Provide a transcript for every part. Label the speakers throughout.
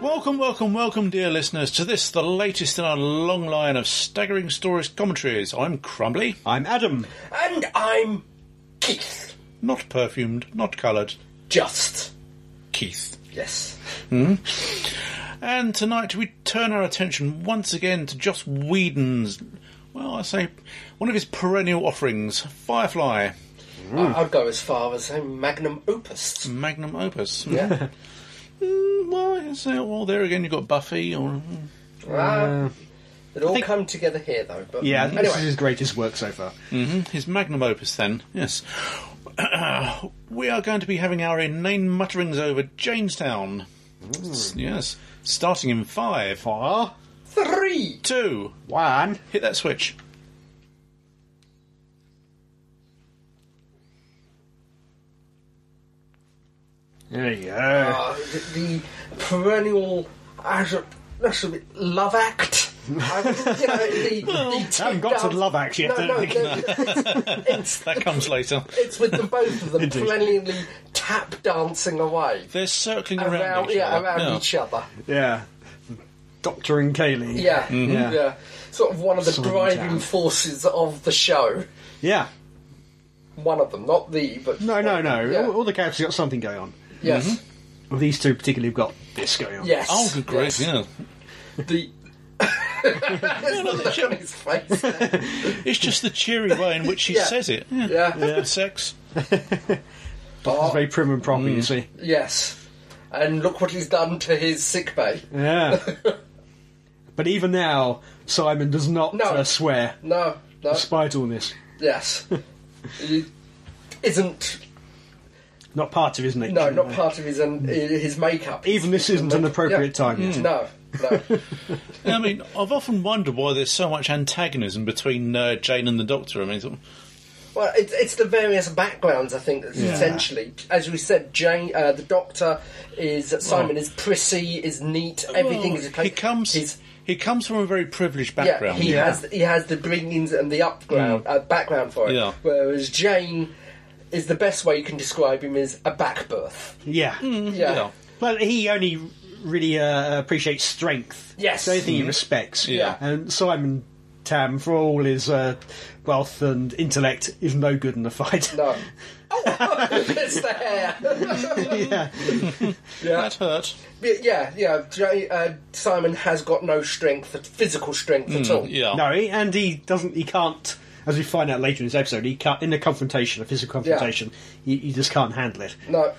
Speaker 1: Welcome, welcome, welcome, dear listeners, to this, the latest in our long line of staggering stories commentaries. I'm Crumbly,
Speaker 2: I'm Adam.
Speaker 3: And I'm Keith.
Speaker 1: not perfumed, not coloured,
Speaker 3: Just.
Speaker 1: Keith.
Speaker 3: Yes.
Speaker 1: And tonight we turn our attention once again to Joss Whedon's, well, I say, one of his perennial offerings, Firefly,
Speaker 2: Hmm.
Speaker 3: I- I'd go as far as saying magnum opus.
Speaker 1: magnum opus.
Speaker 3: Yeah.
Speaker 1: Mm, well, I say, well, there again you've got Buffy, or
Speaker 3: Ah, it all
Speaker 2: Uh, think-
Speaker 3: come together here, though. But
Speaker 2: Yeah, I think this is
Speaker 3: anyway,
Speaker 2: his greatest work so far.
Speaker 1: his magnum opus then, yes. we are going to be having our inane mutterings over Jamestown.
Speaker 3: Hmm.
Speaker 1: S- Yes. Starting in five,
Speaker 2: Four,
Speaker 3: three.
Speaker 1: two,
Speaker 2: one.
Speaker 1: hit that switch.
Speaker 2: There you go.
Speaker 3: Uh, the, the perennial, I should, I should be- love act. I would- you know, the, the
Speaker 2: haven't got to love act yet,
Speaker 3: No,
Speaker 2: don't
Speaker 3: no,
Speaker 2: think.
Speaker 3: the- it's,
Speaker 1: That comes later.
Speaker 3: it's with them both of them
Speaker 2: Indeed.
Speaker 3: perennially tap dancing away
Speaker 1: They're circling around,
Speaker 3: around,
Speaker 1: each
Speaker 3: yeah,
Speaker 1: other.
Speaker 3: around
Speaker 1: Yeah.
Speaker 3: each other.
Speaker 2: Yeah. Doctor and Kaylee.
Speaker 3: Yeah,
Speaker 1: Mm-hmm.
Speaker 2: Yeah.
Speaker 3: yeah, Sort of one of the
Speaker 2: Slim
Speaker 3: driving
Speaker 2: down.
Speaker 3: forces of the show.
Speaker 2: Yeah.
Speaker 3: One of them, not the, but
Speaker 2: No, no, no. Oh,
Speaker 3: Yeah.
Speaker 2: All, all the characters got something going on.
Speaker 3: yes,
Speaker 2: Well, these two particularly have got this going on.
Speaker 3: yes.
Speaker 1: Mm-hmm. Oh, good grief,
Speaker 3: yes.
Speaker 1: yeah.
Speaker 3: The there's the look on his face.
Speaker 1: It's just the cheery way in which he
Speaker 3: Yeah.
Speaker 1: says it. Yeah.
Speaker 3: yeah, Oh,
Speaker 1: Good sex.
Speaker 2: It's very prim and proper, you see.
Speaker 3: yes. And look what he's done to his sick bay.
Speaker 2: Yeah. but even now, Simon does not
Speaker 3: No.
Speaker 2: uh, swear,
Speaker 3: No, no,
Speaker 2: despite all this.
Speaker 3: yes. He isn't
Speaker 2: Not part of his nature.
Speaker 3: no, not part of his um, his makeup.
Speaker 2: Even this isn't an appropriate
Speaker 3: Yeah.
Speaker 2: time. yet.
Speaker 3: No, no.
Speaker 1: I mean, I've often wondered why there's so much antagonism between uh, Jane and the Doctor. I mean, sort of-
Speaker 3: Well, it's, it's the various backgrounds, I think, that's essentially. As we said, Jane, uh, the Doctor is Simon is prissy, is neat, everything is.
Speaker 1: he comes.
Speaker 3: He's,
Speaker 1: He comes from a very privileged
Speaker 3: yeah,
Speaker 1: background. Mm.
Speaker 3: he
Speaker 2: yeah.
Speaker 3: has he has the bringings and the upground uh, background for it.
Speaker 1: Yeah.
Speaker 3: Whereas Jane is the best way you can describe him is a back birth.
Speaker 2: Yeah.
Speaker 3: Yeah.
Speaker 1: Yeah.
Speaker 2: Well, he only really uh, appreciates strength.
Speaker 3: Yes.
Speaker 2: It's the only thing he respects.
Speaker 1: Mm-hmm. Yeah.
Speaker 2: And Simon Tam, for all his uh, wealth and intellect, is no good in the fight.
Speaker 3: No. Oh, it's the hair.
Speaker 2: yeah.
Speaker 3: yeah.
Speaker 1: That hurt.
Speaker 3: yeah, yeah. Jane, uh, Simon has got no strength, physical strength at all.
Speaker 1: Mm, Yeah.
Speaker 2: No, he, and he doesn't. He can't. As we find out later in this episode, he can't in a confrontation, a physical confrontation. He, he just can't handle it.
Speaker 3: No.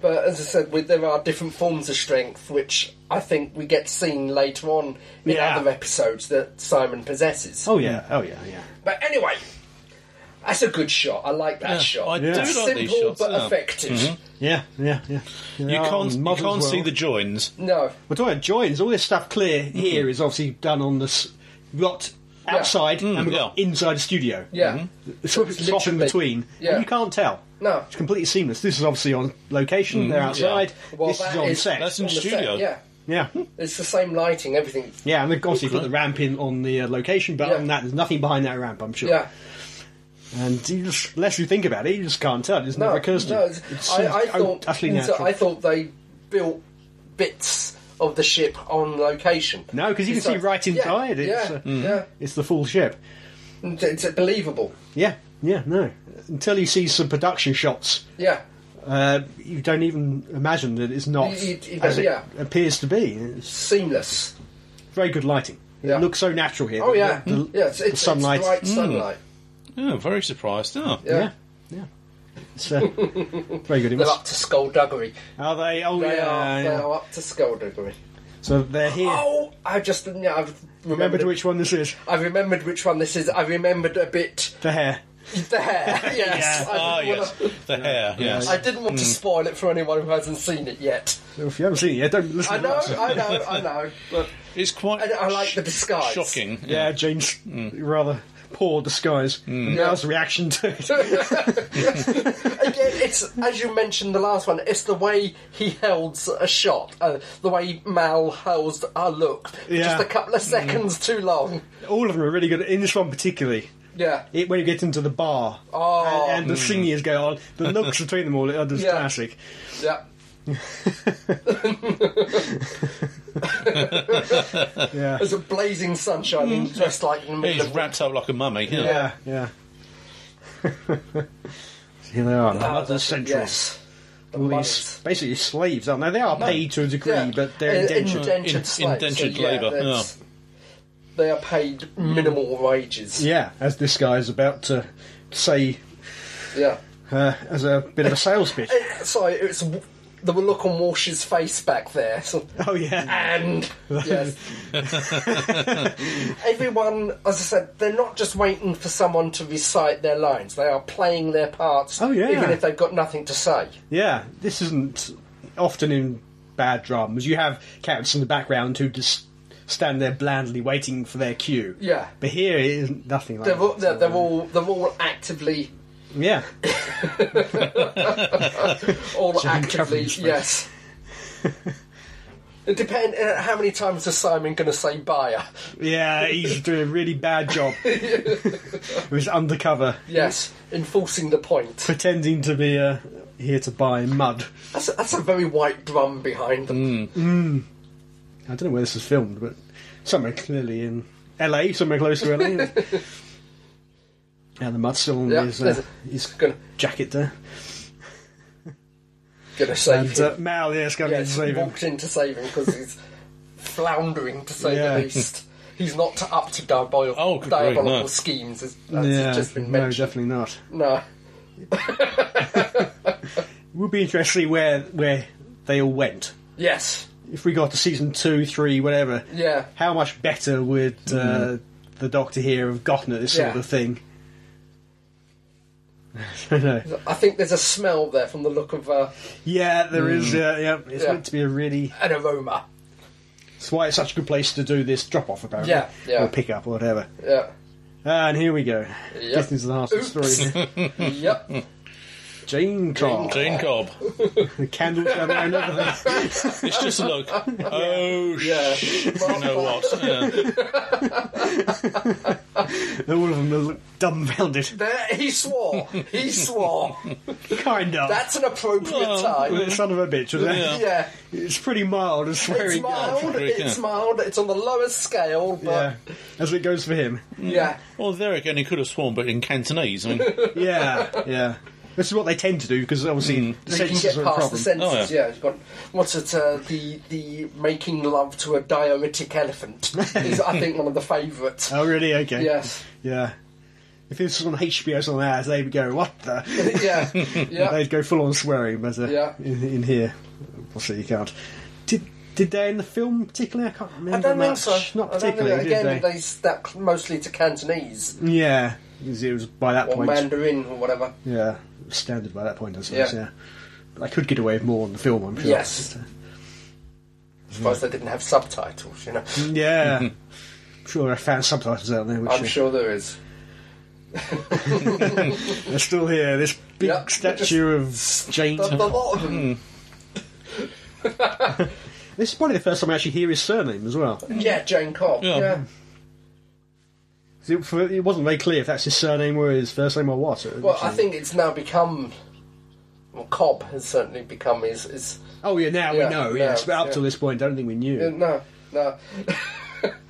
Speaker 3: But as I said, we, there are different forms of strength, which I think we get seen later on in
Speaker 2: Yeah.
Speaker 3: other episodes that Simon possesses.
Speaker 2: Oh
Speaker 1: Mm.
Speaker 2: yeah. Oh yeah. Yeah.
Speaker 3: But anyway, that's a good shot. I like that
Speaker 1: Yeah, Mm-hmm.
Speaker 3: shot.
Speaker 1: I do
Speaker 2: Yeah.
Speaker 1: like
Speaker 3: Simple
Speaker 1: these shots.
Speaker 3: but
Speaker 1: yeah.
Speaker 3: effective.
Speaker 2: Yeah. Yeah. Yeah.
Speaker 1: You can't, you
Speaker 2: Mother's
Speaker 1: can't see
Speaker 2: World.
Speaker 1: the Mm-hmm. joins.
Speaker 3: No,
Speaker 2: We're talking about joins. All this stuff clear here is obviously done on this. We've got outside and we've got
Speaker 1: Mm, yeah. Mm-hmm.
Speaker 2: inside the studio.
Speaker 3: yeah,
Speaker 2: It's sort of
Speaker 3: It's
Speaker 2: off in
Speaker 3: literally-
Speaker 2: between.
Speaker 3: yeah.
Speaker 2: You can't tell.
Speaker 3: no.
Speaker 2: It's completely seamless. This is obviously on location. They're outside.
Speaker 3: Mm, Well,
Speaker 2: this
Speaker 3: that
Speaker 2: is on
Speaker 3: is-
Speaker 2: set.
Speaker 1: That's in
Speaker 3: On the
Speaker 1: studio.
Speaker 3: set, yeah,
Speaker 2: Yeah,
Speaker 3: it's the same lighting, everything.
Speaker 2: yeah. And they've obviously put the ramp in on the uh, location, but
Speaker 3: Yeah.
Speaker 2: on that, there's nothing behind that ramp. I'm sure.
Speaker 3: Yeah,
Speaker 2: And you just, unless you think about it, you just can't tell. It just
Speaker 3: no,
Speaker 2: never occurs to
Speaker 3: no.
Speaker 2: you.
Speaker 3: it's-
Speaker 2: It's
Speaker 3: I,
Speaker 2: sort of
Speaker 3: I
Speaker 2: out-
Speaker 3: thought
Speaker 2: utterly
Speaker 3: so
Speaker 2: natural.
Speaker 3: I thought they built bits of the ship on location.
Speaker 2: no, because you can see
Speaker 3: Besides-
Speaker 2: right
Speaker 3: Yeah,
Speaker 2: inside. it's,
Speaker 3: yeah,
Speaker 2: uh, hmm.
Speaker 3: yeah.
Speaker 2: it's the full ship.
Speaker 3: It's, it's believable.
Speaker 2: Yeah, yeah. No, until you see some production shots,
Speaker 3: Yeah.
Speaker 2: uh, you don't even imagine that it's not
Speaker 3: You- you- you
Speaker 2: as
Speaker 3: don't-
Speaker 2: it
Speaker 3: yeah.
Speaker 2: appears to be. It's
Speaker 3: Seamless.
Speaker 2: very good lighting.
Speaker 3: Yeah.
Speaker 2: It looks so natural here.
Speaker 3: Oh,
Speaker 2: The-
Speaker 3: yeah.
Speaker 2: the-
Speaker 3: yeah, it's,
Speaker 2: the
Speaker 3: it's,
Speaker 2: sunlight. Hmm.
Speaker 3: It's bright sunlight.
Speaker 1: Yeah, Oh, very surprised. Oh. Yeah.
Speaker 3: Yeah.
Speaker 2: Yeah, yeah. It's uh, very good. It
Speaker 3: They're
Speaker 2: must-
Speaker 3: up to skullduggery.
Speaker 2: Are they? Oh,
Speaker 3: They,
Speaker 2: yeah.
Speaker 3: are, they
Speaker 2: yeah.
Speaker 3: are up to skullduggery.
Speaker 2: So they're here.
Speaker 3: Oh, I just yeah, I've remembered.
Speaker 2: Remembered which one this is?
Speaker 3: I remembered which one this is. I remembered a bit
Speaker 2: The hair.
Speaker 3: the hair.
Speaker 2: Yeah.
Speaker 3: yes.
Speaker 2: Oh, Hmm.
Speaker 1: Ah,
Speaker 3: I, didn't
Speaker 1: yes.
Speaker 3: wanna-
Speaker 1: The hair. Yes.
Speaker 3: I didn't want to spoil it for anyone who hasn't seen it yet.
Speaker 2: So if you haven't seen it yet, don't listen
Speaker 3: I
Speaker 2: to
Speaker 3: know,
Speaker 2: us.
Speaker 3: I know, I know. But
Speaker 1: It's quite.
Speaker 3: I, I like
Speaker 1: sh-
Speaker 3: the disguise.
Speaker 1: Shocking.
Speaker 2: Yeah, Jane's rather poor disguise. And Now's the reaction to it.
Speaker 3: Again, it's as you mentioned the last one. It's the way he held a shot, uh, the way Mal held a look,
Speaker 2: Yeah.
Speaker 3: just a couple of seconds too long.
Speaker 2: All of them are really good. In this one particularly,
Speaker 3: Yeah,
Speaker 2: it, when you get into the bar
Speaker 3: Oh.
Speaker 2: and, and the singing is going on, the looks between them all are just
Speaker 3: Yeah.
Speaker 2: classic.
Speaker 3: yeah.
Speaker 2: Yeah.
Speaker 3: There's a blazing sunshine and dressed like in the middle
Speaker 1: He's
Speaker 3: of
Speaker 1: wrapped up like a mummy. Yeah.
Speaker 2: Yeah, yeah. Here they are, the
Speaker 3: Ah,
Speaker 2: Mothers
Speaker 3: that's it,
Speaker 2: Central.
Speaker 3: yes. The
Speaker 2: All
Speaker 3: mothers.
Speaker 2: these basically slaves, aren't they? They are paid to a degree,
Speaker 3: Yeah.
Speaker 2: but they're
Speaker 3: In-
Speaker 2: indentured.
Speaker 3: indentured
Speaker 1: In-
Speaker 3: slaves,
Speaker 1: indentured
Speaker 3: so, yeah,
Speaker 1: labour,
Speaker 3: that's- They are paid minimal wages.
Speaker 2: yeah, as this guy is about to say
Speaker 3: Yeah.
Speaker 2: uh, as a bit of a sales pitch.
Speaker 3: Eh, Sorry, it's w- the look on Walsh's face back there. So,
Speaker 2: Oh yeah,
Speaker 3: and yes, everyone, as I said, they're not just waiting for someone to recite their lines. They are playing their parts,
Speaker 2: Oh, yeah.
Speaker 3: even if they've got nothing to say.
Speaker 2: yeah. This isn't often in bad dramas. You have characters in the background who just stand there blandly waiting for their cue.
Speaker 3: Yeah.
Speaker 2: but here it isn't nothing like
Speaker 3: They're all,
Speaker 2: that.
Speaker 3: they're, they're all they're all actively
Speaker 2: Yeah,
Speaker 3: all
Speaker 2: Jane
Speaker 3: actively
Speaker 2: Cameron's face.
Speaker 3: yes. It depends how many times is Simon going to say buyer.
Speaker 2: yeah. He's doing a really bad job. It was undercover.
Speaker 3: Yes, enforcing the point.
Speaker 2: pretending to be uh, here to buy mud.
Speaker 3: That's a, that's a very white drum behind
Speaker 2: Mm.
Speaker 3: them.
Speaker 2: I don't know where this is filmed, but somewhere clearly in LA, somewhere close to LA. and the mud's still on
Speaker 3: Yeah,
Speaker 2: his,
Speaker 3: there's
Speaker 2: uh,
Speaker 3: a-
Speaker 2: his
Speaker 3: Gonna
Speaker 2: jacket there.
Speaker 3: gonna save
Speaker 2: And
Speaker 3: him.
Speaker 2: uh, Mal, yeah, it's going
Speaker 3: Yes,
Speaker 2: to save him.
Speaker 3: walked in to save him because he's floundering to say
Speaker 2: Yeah.
Speaker 3: the least. He's not up to diabolical,
Speaker 1: Oh, good grief,
Speaker 3: diabolical
Speaker 1: no.
Speaker 3: schemes as, as
Speaker 2: Yeah,
Speaker 3: has just been
Speaker 2: no,
Speaker 3: mentioned.
Speaker 2: definitely not.
Speaker 3: No,
Speaker 2: It would be interesting where where they all went.
Speaker 3: yes,
Speaker 2: If we got to season two, three, whatever,
Speaker 3: yeah,
Speaker 2: how much better would uh, the Doctor here have gotten at this sort
Speaker 3: Yeah.
Speaker 2: of thing? I don't know.
Speaker 3: I think there's a smell there from the look of uh,
Speaker 2: Yeah, there is. Yeah, yeah. It's
Speaker 3: Yeah.
Speaker 2: meant to be a really.
Speaker 3: an aroma.
Speaker 2: It's why it's such a good place to do this drop off, apparently.
Speaker 3: Yeah, yeah.
Speaker 2: Or pick up, or whatever. Ah,
Speaker 3: Yeah,
Speaker 2: And here we go.
Speaker 3: Yep.
Speaker 2: Getting to the heart of the story.
Speaker 3: yep. Uh,
Speaker 2: Jane Cobb.
Speaker 1: Jane Cobb.
Speaker 2: The candles down around everything.
Speaker 1: It's just a look. Oh,
Speaker 3: Yeah,
Speaker 1: sh- you know what? Yeah.
Speaker 2: All of them look dumbfounded.
Speaker 3: There, he swore. He swore.
Speaker 2: Kind of.
Speaker 3: That's an appropriate
Speaker 1: Well,
Speaker 3: time.
Speaker 2: The son of a bitch, wasn't
Speaker 1: Yeah.
Speaker 2: it?
Speaker 3: Yeah,
Speaker 2: It's pretty mild as swearing.
Speaker 3: it's mild.
Speaker 1: good.
Speaker 3: It's mild. It's on the lowest scale,
Speaker 2: Yeah.
Speaker 3: but
Speaker 2: As it goes for him.
Speaker 3: yeah,
Speaker 1: Well, there again, he could have sworn, but in Cantonese. I mean,
Speaker 2: Yeah, yeah. This is what they tend to do because obviously the
Speaker 3: So you Mm. can
Speaker 2: senses
Speaker 3: get
Speaker 2: are a
Speaker 3: past the
Speaker 2: problem.
Speaker 3: senses.
Speaker 1: Oh, yeah.
Speaker 3: yeah. it's got what's it? Uh, the the making love to a diuretic elephant is, I think, one of the favourites.
Speaker 2: Oh, really? Okay.
Speaker 3: Yes.
Speaker 2: Yeah. If this was on HBO something else, they would go, what the?
Speaker 3: yeah, yeah.
Speaker 2: They'd go full on swearing, but uh,
Speaker 3: Yeah.
Speaker 2: in, in here, obviously you can't. Did did they in the film particularly? I can't remember.
Speaker 3: I don't think
Speaker 2: much.
Speaker 3: so.
Speaker 2: Not
Speaker 3: I don't think-
Speaker 2: particularly.
Speaker 3: again,
Speaker 2: did they?
Speaker 3: they stuck mostly to Cantonese
Speaker 2: Yeah, because it was by that
Speaker 3: or
Speaker 2: point.
Speaker 3: Mandarin or whatever.
Speaker 2: Yeah, it was standard by that point, I suppose.
Speaker 3: Yeah.
Speaker 2: Yeah. But I could get away with more in the film, I'm sure.
Speaker 3: Yes. I suppose they didn't have subtitles. You know,
Speaker 2: Yeah. I'm sure I found subtitles out there, which
Speaker 3: I'm
Speaker 2: uh,
Speaker 3: sure there is.
Speaker 2: they're still here. This big
Speaker 3: Yeah, they're just-
Speaker 2: statue of Jane.
Speaker 3: There's a lot of them.
Speaker 2: This is probably the first time I actually hear his surname as well.
Speaker 3: Yeah, Jane Cobb.
Speaker 1: Yeah.
Speaker 3: Yeah.
Speaker 2: It for- it wasn't very clear if that's his surname or his first name or what.
Speaker 3: Well, I think it's now become. Well, Cobb has certainly become his. his
Speaker 2: Oh yeah, now
Speaker 3: Yeah,
Speaker 2: we know.
Speaker 3: now,
Speaker 2: yes, but up
Speaker 3: yeah.
Speaker 2: till this point, I don't think we knew.
Speaker 3: uh, no, no.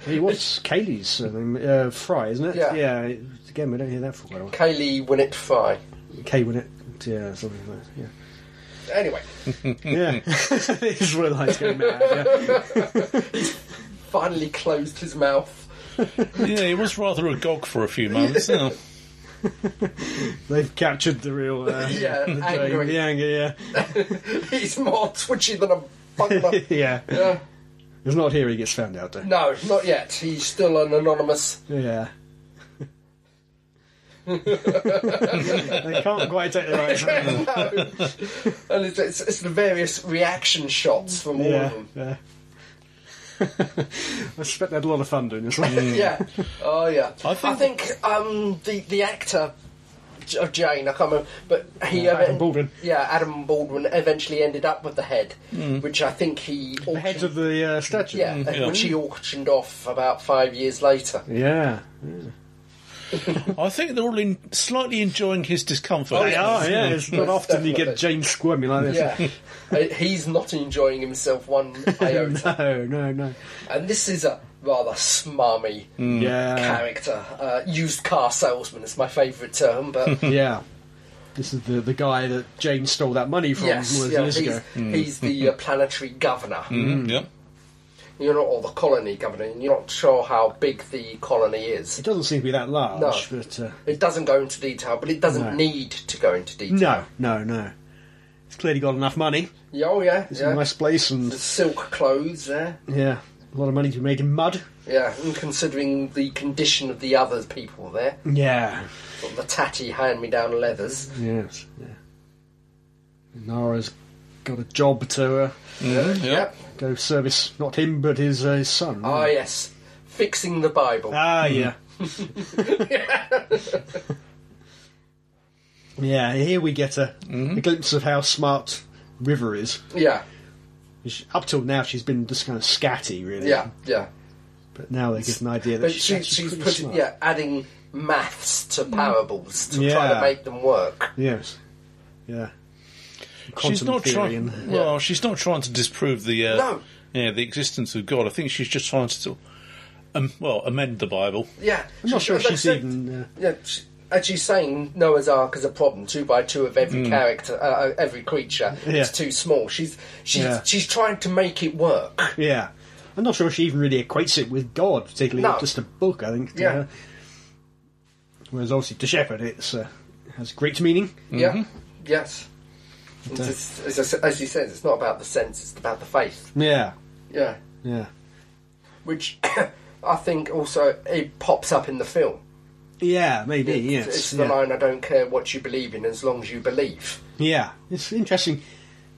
Speaker 2: He was Kaylee's surname, uh, Fry, isn't it?
Speaker 3: Yeah.
Speaker 2: Again, we don't hear that for a while.
Speaker 3: Kaylee Winnett Fry.
Speaker 2: K Winnett, yeah, something like that.
Speaker 3: Anyway,
Speaker 2: Yeah, yeah. this is where lights go mad. Yeah.
Speaker 3: finally closed his mouth.
Speaker 1: yeah, he was rather agog for a few moments. Yeah.
Speaker 2: They've captured the real. Uh,
Speaker 3: Yeah,
Speaker 2: the,
Speaker 3: angry.
Speaker 2: the anger. Yeah,
Speaker 3: He's more twitchy than a bugger.
Speaker 2: yeah.
Speaker 3: Yeah.
Speaker 2: It's not here he gets found out though.
Speaker 3: No, not yet. He's still an anonymous.
Speaker 2: Yeah. they can't quite take the right. turn.
Speaker 3: no. And it's, it's, it's the various reaction shots from all of
Speaker 2: Yeah.
Speaker 3: them.
Speaker 2: yeah. I suspect they had a lot of fun doing this one.
Speaker 3: Yeah. Oh, yeah. I
Speaker 1: I
Speaker 3: think,
Speaker 1: think-
Speaker 3: um, the, the actor J- of Jane, I can't remember, but he.
Speaker 2: Yeah, Adam
Speaker 3: even-
Speaker 2: Baldwin.
Speaker 3: Yeah, Adam Baldwin eventually ended up with the head, which I think he. Auctioned,
Speaker 2: Mm. The heads of the uh, statue.
Speaker 3: yeah,
Speaker 1: yeah.
Speaker 3: which he auctioned off about five years later.
Speaker 2: Yeah.
Speaker 1: I think they're all in, slightly enjoying his discomfort.
Speaker 3: Oh,
Speaker 2: They are, yeah. It's not
Speaker 3: Most
Speaker 2: often you get
Speaker 3: definitely.
Speaker 2: James squirming like this.
Speaker 3: Yeah, Uh, he's not enjoying himself one iota,
Speaker 2: No, no, no. Mm.
Speaker 3: and this is a rather smarmy
Speaker 2: Yeah,
Speaker 3: character. Uh, used car salesman is my favourite term, but
Speaker 2: yeah. This is the the guy that James stole that money from
Speaker 3: yes,
Speaker 2: was
Speaker 3: yeah,
Speaker 2: years
Speaker 3: he's,
Speaker 2: ago.
Speaker 3: he's the uh, planetary governor.
Speaker 1: Mm, yep.
Speaker 3: You're not, or the colony governor, and you're not sure how big the colony is.
Speaker 2: It doesn't seem to be that large,
Speaker 3: No.
Speaker 2: but uh,
Speaker 3: It doesn't go into detail, but it doesn't
Speaker 2: No.
Speaker 3: need to go into detail.
Speaker 2: no, no, no. It's clearly got enough money.
Speaker 3: Yeah, oh yeah,
Speaker 2: It's
Speaker 3: yeah.
Speaker 2: a nice place, and
Speaker 3: The silk clothes there.
Speaker 2: yeah, a lot of money to be made in mud.
Speaker 3: Yeah, and considering the condition of the other people there,
Speaker 2: Yeah,
Speaker 3: sort of the tatty hand-me-down leathers.
Speaker 2: yes, yeah. Nara's got a job to uh,
Speaker 1: Mm, yep.
Speaker 2: go service not him but his, uh, his son.
Speaker 3: Ah, yes, fixing the Bible.
Speaker 2: Ah, yeah. yeah, here we get a, a glimpse of how smart River is.
Speaker 3: yeah,
Speaker 2: She- Up till now, she's been just kind of scatty, really.
Speaker 3: yeah, yeah.
Speaker 2: But now they get an idea that
Speaker 3: But
Speaker 2: she's,
Speaker 3: she,
Speaker 2: actually Hmm.
Speaker 3: she's
Speaker 2: pretty
Speaker 3: putting,
Speaker 2: smart.
Speaker 3: yeah, adding maths to parables to try
Speaker 2: Yeah.
Speaker 3: to make them work.
Speaker 2: Yes. Yeah.
Speaker 1: She's
Speaker 2: Quantum
Speaker 1: not
Speaker 2: theory
Speaker 1: trying.
Speaker 2: and-
Speaker 1: Well, she's not trying to disprove the uh,
Speaker 3: No.
Speaker 1: yeah the existence of God. I think she's just trying to um, well amend the Bible.
Speaker 3: Yeah,
Speaker 2: I'm not
Speaker 3: She-
Speaker 2: sure if
Speaker 3: like
Speaker 2: she's
Speaker 3: I said,
Speaker 2: even. Uh,
Speaker 3: Yeah, she, as she's saying, Noah's Ark is a problem. Two by two of every character, uh, every creature
Speaker 2: Hmm. Yeah.
Speaker 3: is too small. She's she's
Speaker 2: Yeah. Mm-hmm.
Speaker 3: she's trying to make it work.
Speaker 2: yeah. I'm not sure if she even really equates it with God, particularly
Speaker 3: No.
Speaker 2: just a book, I think. to
Speaker 3: Yeah.
Speaker 2: her. Whereas obviously to Shepherd, it's uh, has great meaning.
Speaker 3: Yeah. Yes. It's
Speaker 2: uh,
Speaker 3: just- as, I s- as he says, it's not about the sense; it's about the faith.
Speaker 2: Yeah.
Speaker 3: Yeah,
Speaker 2: Yeah.
Speaker 3: which I think also it pops up in the film.
Speaker 2: Yeah, maybe, yes.
Speaker 3: It's, it's the
Speaker 2: yeah.
Speaker 3: line: "I don't care what you believe in, as long as you believe."
Speaker 2: Yeah, it's interesting.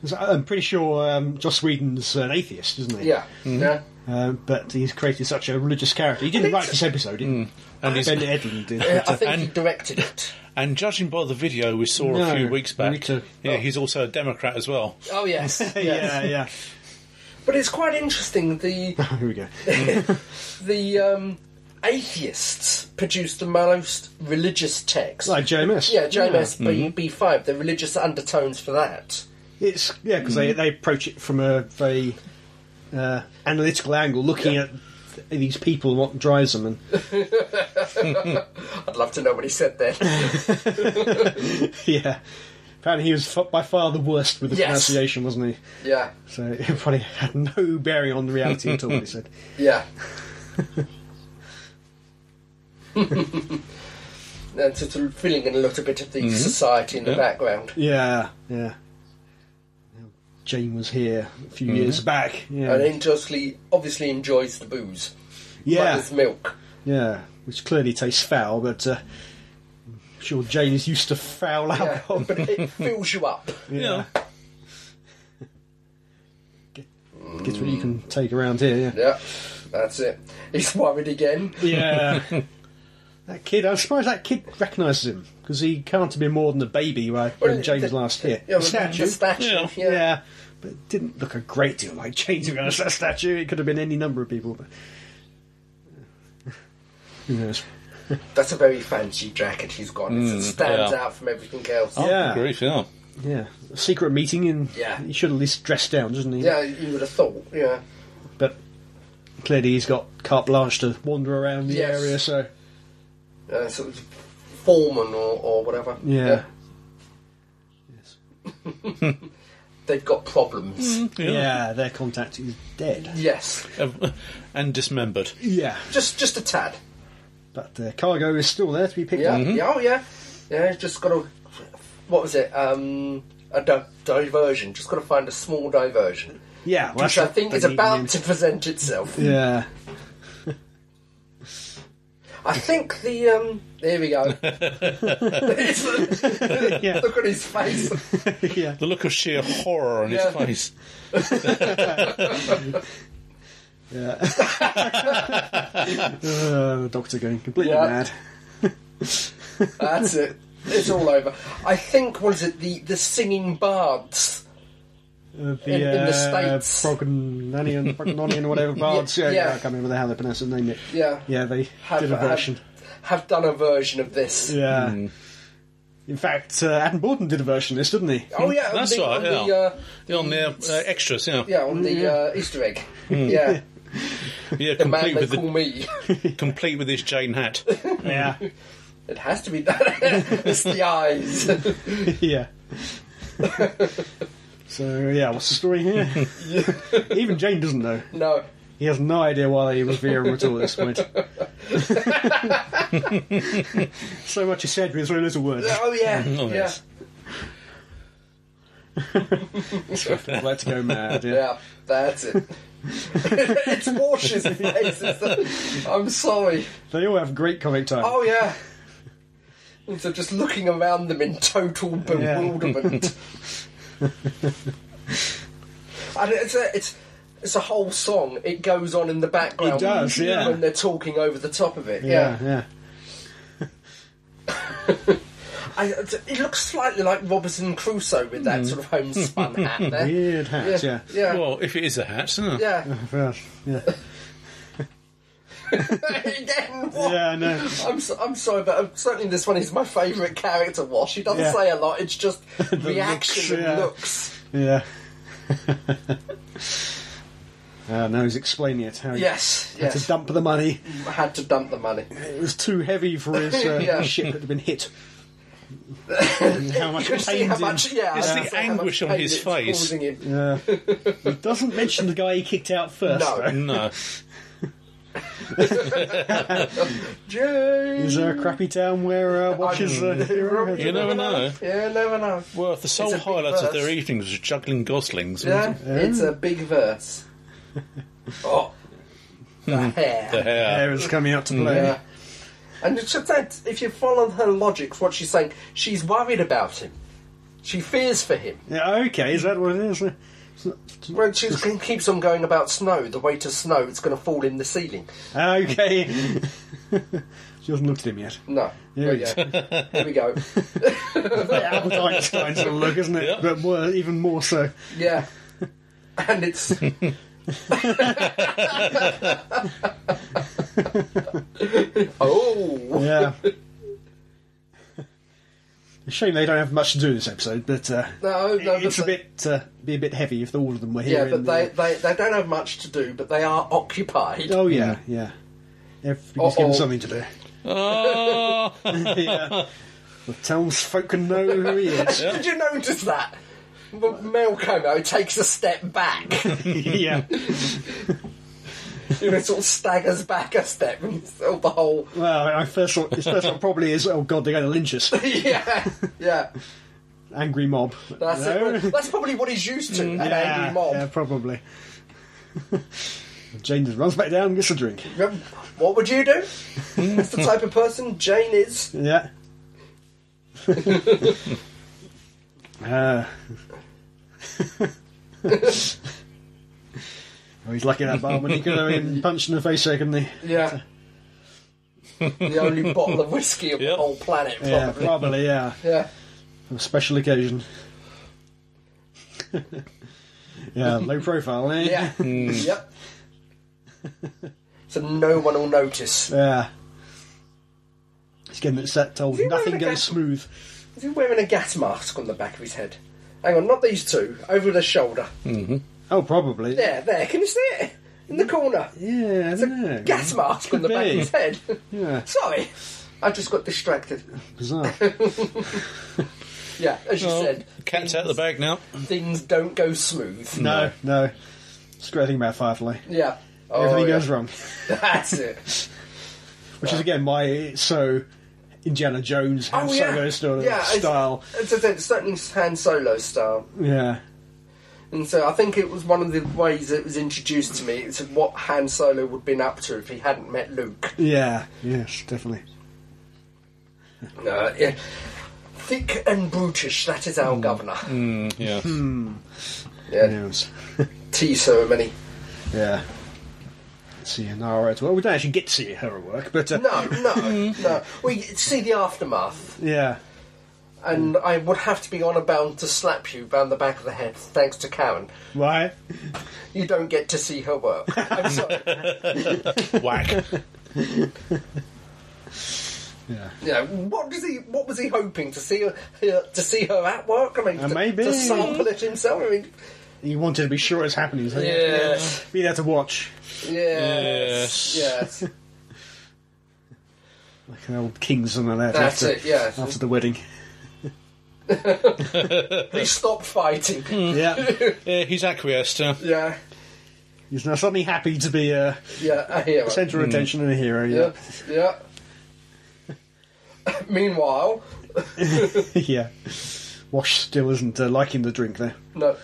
Speaker 2: 'cause I- I'm pretty sure um, Joss Whedon's an atheist, isn't he?
Speaker 3: Yeah. Yeah.
Speaker 2: Um, but he's created such a religious character. He didn't write this episode, did he? Uh,
Speaker 1: And he's-
Speaker 2: Ben Edlund did.
Speaker 3: Yeah,
Speaker 2: but,
Speaker 3: I
Speaker 2: uh,
Speaker 3: think he
Speaker 1: and-
Speaker 3: directed it.
Speaker 1: And judging by the video we saw
Speaker 2: No,
Speaker 1: a few weeks back,
Speaker 2: me too.
Speaker 1: yeah, he's also a Democrat as well.
Speaker 3: Oh yes, yes.
Speaker 2: yeah, yeah.
Speaker 3: But it's quite interesting. The
Speaker 2: Here we go.
Speaker 3: the um, atheists produced the most religious text.
Speaker 2: Like JMS.
Speaker 3: yeah, JMS B five, the religious undertones for that.
Speaker 2: It's yeah, because
Speaker 3: Mm.
Speaker 2: they, they approach it from a very uh, analytical angle, looking
Speaker 3: Yeah.
Speaker 2: at th- these people and what drives them. And
Speaker 3: I'd love to know what he said there.
Speaker 2: yeah, apparently he was f- by far the worst with the
Speaker 3: Yes.
Speaker 2: pronunciation, wasn't he?
Speaker 3: yeah,
Speaker 2: So it probably had no bearing on the reality at all. What he said.
Speaker 3: yeah. and sort of filling in a little bit of the society in the
Speaker 1: Yeah.
Speaker 3: background.
Speaker 2: Yeah, yeah. Jane was here a few
Speaker 3: Mm-hmm.
Speaker 2: years back. Yeah,
Speaker 3: And interestingly, obviously enjoys the booze.
Speaker 2: yeah,
Speaker 3: Mother's milk.
Speaker 2: yeah. Which clearly tastes foul, but uh, I'm sure Jane is used to foul
Speaker 3: Yeah,
Speaker 2: alcohol.
Speaker 3: but it fills you up.
Speaker 1: Yeah.
Speaker 2: Gets what you can take around here. Yeah.
Speaker 3: Yeah, that's it. He's worried again.
Speaker 2: Yeah. that kid, I'm surprised that kid recognises him, because he can't have been more than a baby right,
Speaker 3: Well,
Speaker 2: when James
Speaker 3: the-
Speaker 2: last year.
Speaker 3: Yeah,
Speaker 2: the statue.
Speaker 3: The statue.
Speaker 1: Yeah.
Speaker 2: yeah. but it didn't look a great deal like James, to be honest, that statue. It could have been any number of people. But... Who knows?
Speaker 3: That's a very fancy jacket he's got. it stands
Speaker 1: yeah.
Speaker 3: out from everything else.
Speaker 2: Mm. Oh. yeah,
Speaker 1: Grief, yeah.
Speaker 2: yeah. A secret meeting, and
Speaker 3: Yeah.
Speaker 2: he should at least dress down, doesn't he?
Speaker 3: Yeah, you would have thought. Yeah,
Speaker 2: But clearly he's got carte blanche to wander around the
Speaker 3: Yes.
Speaker 2: area, so...
Speaker 3: uh, sort of foreman or, or whatever.
Speaker 2: Yeah. Yes.
Speaker 3: they've got problems.
Speaker 2: Mm.
Speaker 1: Yeah.
Speaker 2: yeah, their contact is dead.
Speaker 3: Yes,
Speaker 1: Uh, and dismembered.
Speaker 2: Yeah.
Speaker 3: just just a tad.
Speaker 2: But the cargo is still there to be picked
Speaker 3: Yeah,
Speaker 2: up.
Speaker 3: yeah, oh yeah, yeah. he's Just got to. What was it? Um, a di- diversion. Just got to find a small diversion,
Speaker 2: Yeah, well,
Speaker 3: which
Speaker 2: that's
Speaker 3: I
Speaker 2: what
Speaker 3: think
Speaker 2: they
Speaker 3: is
Speaker 2: need
Speaker 3: about
Speaker 2: in
Speaker 3: to present itself.
Speaker 2: the end. Yeah,
Speaker 3: I think the um. There we go. It's-
Speaker 2: Yeah.
Speaker 3: Look at his face.
Speaker 2: yeah,
Speaker 1: The look of sheer horror on
Speaker 3: Yeah.
Speaker 1: his face.
Speaker 2: yeah. uh, the doctor going completely
Speaker 3: Yeah.
Speaker 2: mad.
Speaker 3: That's it. It's all over. I think was it the the singing bards.
Speaker 2: Uh, the,
Speaker 3: In- in the
Speaker 2: uh,
Speaker 3: States.
Speaker 2: Prognanian, Prognonian, or whatever bards. Yeah, yeah,
Speaker 3: yeah.
Speaker 2: I can't remember how they pronounce the name yet.
Speaker 3: Yeah.
Speaker 2: Yeah, they
Speaker 3: Have-
Speaker 2: did a
Speaker 3: have-
Speaker 2: version.
Speaker 3: have done a version of this.
Speaker 2: Yeah.
Speaker 1: Mm.
Speaker 2: In fact, uh, Adam Borden did a version of this, didn't he?
Speaker 3: Oh yeah, on
Speaker 1: That's
Speaker 3: the,
Speaker 1: right,
Speaker 3: on
Speaker 1: yeah.
Speaker 3: The, uh,
Speaker 1: Yeah, on the uh, extras, yeah.
Speaker 3: yeah, on the uh, Easter egg.
Speaker 2: Mm.
Speaker 3: Yeah,
Speaker 1: Yeah,
Speaker 3: the man
Speaker 1: complete
Speaker 3: they
Speaker 1: with
Speaker 3: call
Speaker 1: the,
Speaker 3: me.
Speaker 1: complete with his chain hat.
Speaker 2: Yeah.
Speaker 3: It has to be that. it's the eyes.
Speaker 2: yeah. so, yeah, what's the story here? Even Jane doesn't know.
Speaker 3: no,
Speaker 2: He has no idea why they revere him at all at this point. so much is said with very little words.
Speaker 3: oh yeah,
Speaker 1: Oh,
Speaker 3: yeah,
Speaker 1: yes.
Speaker 2: I'd like to go mad, yeah.
Speaker 3: yeah. That's it. it's Walsh's face. It's the, I'm sorry.
Speaker 2: They all have great comic time.
Speaker 3: Oh yeah. And so just looking around them in total bewilderment. and it's a, it's it's a whole song. It goes on in the background.
Speaker 2: It does, yeah.
Speaker 3: When they're talking over the top of it,
Speaker 2: yeah,
Speaker 3: yeah.
Speaker 2: yeah.
Speaker 3: I, it's- it looks slightly like Robinson Crusoe with that sort of homespun hat there.
Speaker 2: Hmm. Weird hats, yeah.
Speaker 3: yeah,
Speaker 1: Well, if it is a hat, huh?
Speaker 3: yeah.
Speaker 2: Yeah, yeah.
Speaker 3: Again, what?
Speaker 2: Yeah, I know.
Speaker 3: I'm, so, I'm sorry, but um, certainly this one is my favourite character. Wash. He doesn't
Speaker 2: Yeah.
Speaker 3: say a lot. It's just reaction
Speaker 2: looks,
Speaker 3: and
Speaker 2: yeah.
Speaker 3: looks.
Speaker 2: Yeah. uh, now he's explaining it how he
Speaker 3: Yes,
Speaker 2: had
Speaker 3: yes.
Speaker 2: to dump the money.
Speaker 3: had to dump the money.
Speaker 2: It was too heavy for his uh,
Speaker 3: Yeah.
Speaker 2: ship that had been hit. And how much
Speaker 3: You can see
Speaker 2: pain
Speaker 3: how
Speaker 2: did.
Speaker 3: much, yeah,
Speaker 1: It's
Speaker 3: I
Speaker 1: the
Speaker 3: can see how
Speaker 1: anguish
Speaker 3: much
Speaker 1: on
Speaker 3: pain
Speaker 1: his
Speaker 3: it's
Speaker 1: face.
Speaker 3: causing him.
Speaker 2: Yeah. He doesn't mention the guy he kicked out first.
Speaker 3: No.
Speaker 2: though.
Speaker 1: No.
Speaker 2: Is
Speaker 3: Jane.
Speaker 2: there a uh, crappy town where uh, watches uh, hero?
Speaker 1: You never know.
Speaker 3: Yeah, never know.
Speaker 1: Well, the sole
Speaker 3: It's a big
Speaker 1: highlight of their
Speaker 3: verse.
Speaker 1: evenings was juggling goslings.
Speaker 3: Yeah, it's a big verse. Oh, the hair.
Speaker 1: The hair.
Speaker 2: Hair is coming up to play.
Speaker 3: Yeah. And it's just that if you follow her logic, what she's saying, she's worried about him. She fears for him.
Speaker 2: Yeah, okay, is that what it is? It's not- it's not-
Speaker 3: Well, she keeps on going about snow, the weight of snow, it's going to fall in the ceiling.
Speaker 2: Okay. she hasn't looked at him yet.
Speaker 3: No.
Speaker 2: Here
Speaker 3: Here we go. Here we go.
Speaker 2: Albert Einstein sort of look, isn't it?
Speaker 1: Yeah.
Speaker 2: But more, even more so.
Speaker 3: Yeah. And it's. oh.
Speaker 2: Yeah. It's a Shame they don't have much to do in this episode, but uh,
Speaker 3: No, no,
Speaker 2: it's a
Speaker 3: but
Speaker 2: bit uh, be a bit heavy if all of them were here.
Speaker 3: Yeah, but
Speaker 2: in
Speaker 3: they,
Speaker 2: the-
Speaker 3: they, they don't have much to do, but they are occupied.
Speaker 2: oh yeah, yeah. Everybody's given
Speaker 3: Uh-oh.
Speaker 2: something to do.
Speaker 1: Oh,
Speaker 2: yeah. The townsfolk can know who he is.
Speaker 3: Did you notice that? The male Como takes a step back.
Speaker 2: yeah.
Speaker 3: you know, sort of staggers back a step and sort of the whole.
Speaker 2: Well, I first thought his first thought probably is, oh god, they're going to lynch us.
Speaker 3: Yeah, yeah.
Speaker 2: Angry mob.
Speaker 3: That's
Speaker 2: No? Mm.
Speaker 3: it. That's probably what he's used to. an
Speaker 2: yeah,
Speaker 3: angry mob.
Speaker 2: yeah, probably. Jane just runs back down, and gets a drink.
Speaker 3: Yep. What would you do? That's the type of person Jane is.
Speaker 2: Yeah. uh. oh, he's lucky that barman. He could have been punched in the face there, couldn't he?
Speaker 3: Yeah. the only bottle of whiskey on the
Speaker 1: Yep.
Speaker 3: whole planet,
Speaker 2: Yeah,
Speaker 3: probably. Yeah.
Speaker 2: probably, yeah. A special occasion. yeah, low profile, eh?
Speaker 3: Yeah. Yep. So no one will notice.
Speaker 2: Yeah. He's getting it set told
Speaker 3: he
Speaker 2: nothing
Speaker 3: wearing a
Speaker 2: goes
Speaker 3: gas-
Speaker 2: smooth.
Speaker 3: Is he wearing a gas mask on the back of his head? Hang on, not these two. Over the shoulder.
Speaker 2: Oh, probably.
Speaker 3: There, there. Can you see it? In the corner.
Speaker 2: Yeah, I don't know.
Speaker 3: Gas mask on the
Speaker 2: Could
Speaker 3: back of
Speaker 2: be.
Speaker 3: his head.
Speaker 2: Yeah,
Speaker 3: Sorry. I just got distracted.
Speaker 2: bizarre.
Speaker 3: Yeah, as you said,
Speaker 1: cat's out the bag now.
Speaker 3: things don't go smooth.
Speaker 2: No, no. It's a great thing about Firefly.
Speaker 3: Yeah. Oh,
Speaker 2: Everything
Speaker 3: yeah.
Speaker 2: goes wrong.
Speaker 3: That's it.
Speaker 2: Which is again my so Indiana Jones Han
Speaker 3: Oh, yeah.
Speaker 2: Solo sort of
Speaker 3: Yeah, it's-
Speaker 2: style.
Speaker 3: It's, it's, it's certainly Han Solo style,
Speaker 2: Yeah,
Speaker 3: and so I think it was one of the ways it was introduced to me. It's what Han Solo would have been up to if he hadn't met Luke.
Speaker 2: yeah, yes, definitely.
Speaker 3: No, Uh, yeah. Thick and brutish, that is our governor.
Speaker 1: Mm, yeah.
Speaker 3: Hmm. Yeah,
Speaker 2: Yes.
Speaker 3: tea ceremony.
Speaker 2: Yeah. See Nara at work. We don't actually get to see her at work, but uh,
Speaker 3: No, no, no. We see the aftermath,
Speaker 2: yeah,
Speaker 3: and I would have to be honour bound to slap you round the back of the head, thanks to Karen.
Speaker 2: why?
Speaker 3: You don't get to see her work. I'm sorry.
Speaker 1: Whack.
Speaker 2: Yeah.
Speaker 3: You know, what does he? What was he hoping to see her, her- to see her at work? I mean,
Speaker 2: Uh,
Speaker 3: to,
Speaker 2: maybe.
Speaker 3: to sample it himself. I mean,
Speaker 2: He wanted to be sure it's happening. So
Speaker 3: Yes.
Speaker 2: Be there to watch.
Speaker 3: yes,
Speaker 1: Yes.
Speaker 3: yes,
Speaker 2: Like an old king's and all that.
Speaker 3: That's
Speaker 2: after,
Speaker 3: it, yes.
Speaker 2: After the wedding.
Speaker 3: They stopped
Speaker 2: Hmm.
Speaker 3: fighting.
Speaker 2: yeah.
Speaker 1: Yeah, he's acquiesced. Uh,
Speaker 3: yeah,
Speaker 2: He's now suddenly happy to be uh, a
Speaker 3: yeah, a hero.
Speaker 2: centre of attention and a hero.
Speaker 3: Yeah,
Speaker 2: Yeah.
Speaker 3: yeah. Meanwhile,
Speaker 2: Yeah. Wash still isn't uh, liking the drink there.
Speaker 3: no,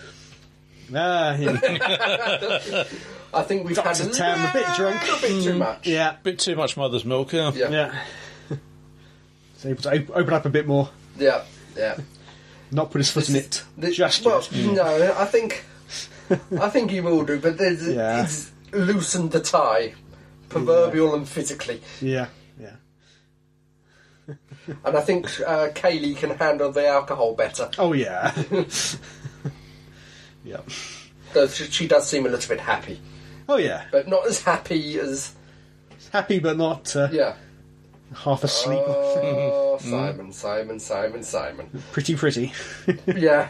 Speaker 2: Ah, yeah.
Speaker 3: I think we've
Speaker 2: Dr.
Speaker 3: had a
Speaker 2: Tam, a bit drunk.
Speaker 3: little bit too much.
Speaker 2: Hmm. yeah.
Speaker 1: bit too much mother's milk. Uh,
Speaker 3: yeah, yeah,
Speaker 2: Yeah. He's able to op- open up a bit more.
Speaker 3: yeah. yeah.
Speaker 2: Not put his foot in
Speaker 3: This
Speaker 2: it. Hmm.
Speaker 3: The-
Speaker 2: just
Speaker 3: well,
Speaker 2: yet.
Speaker 3: no, I think I think he will do, but there's,
Speaker 2: Yeah.
Speaker 3: it's loosened the tie, proverbial and physically,
Speaker 2: Yeah. Yeah.
Speaker 3: and I think uh, Kaylee can handle the alcohol better.
Speaker 2: Oh, yeah. yeah.
Speaker 3: Though she, she does seem a little bit happy,
Speaker 2: Oh, yeah.
Speaker 3: but not as happy as
Speaker 2: Happy but not uh,
Speaker 3: yeah.
Speaker 2: half asleep.
Speaker 3: Oh,
Speaker 2: Hmm.
Speaker 3: Simon, Simon, Simon, Simon.
Speaker 2: Pretty, pretty.
Speaker 3: Yeah,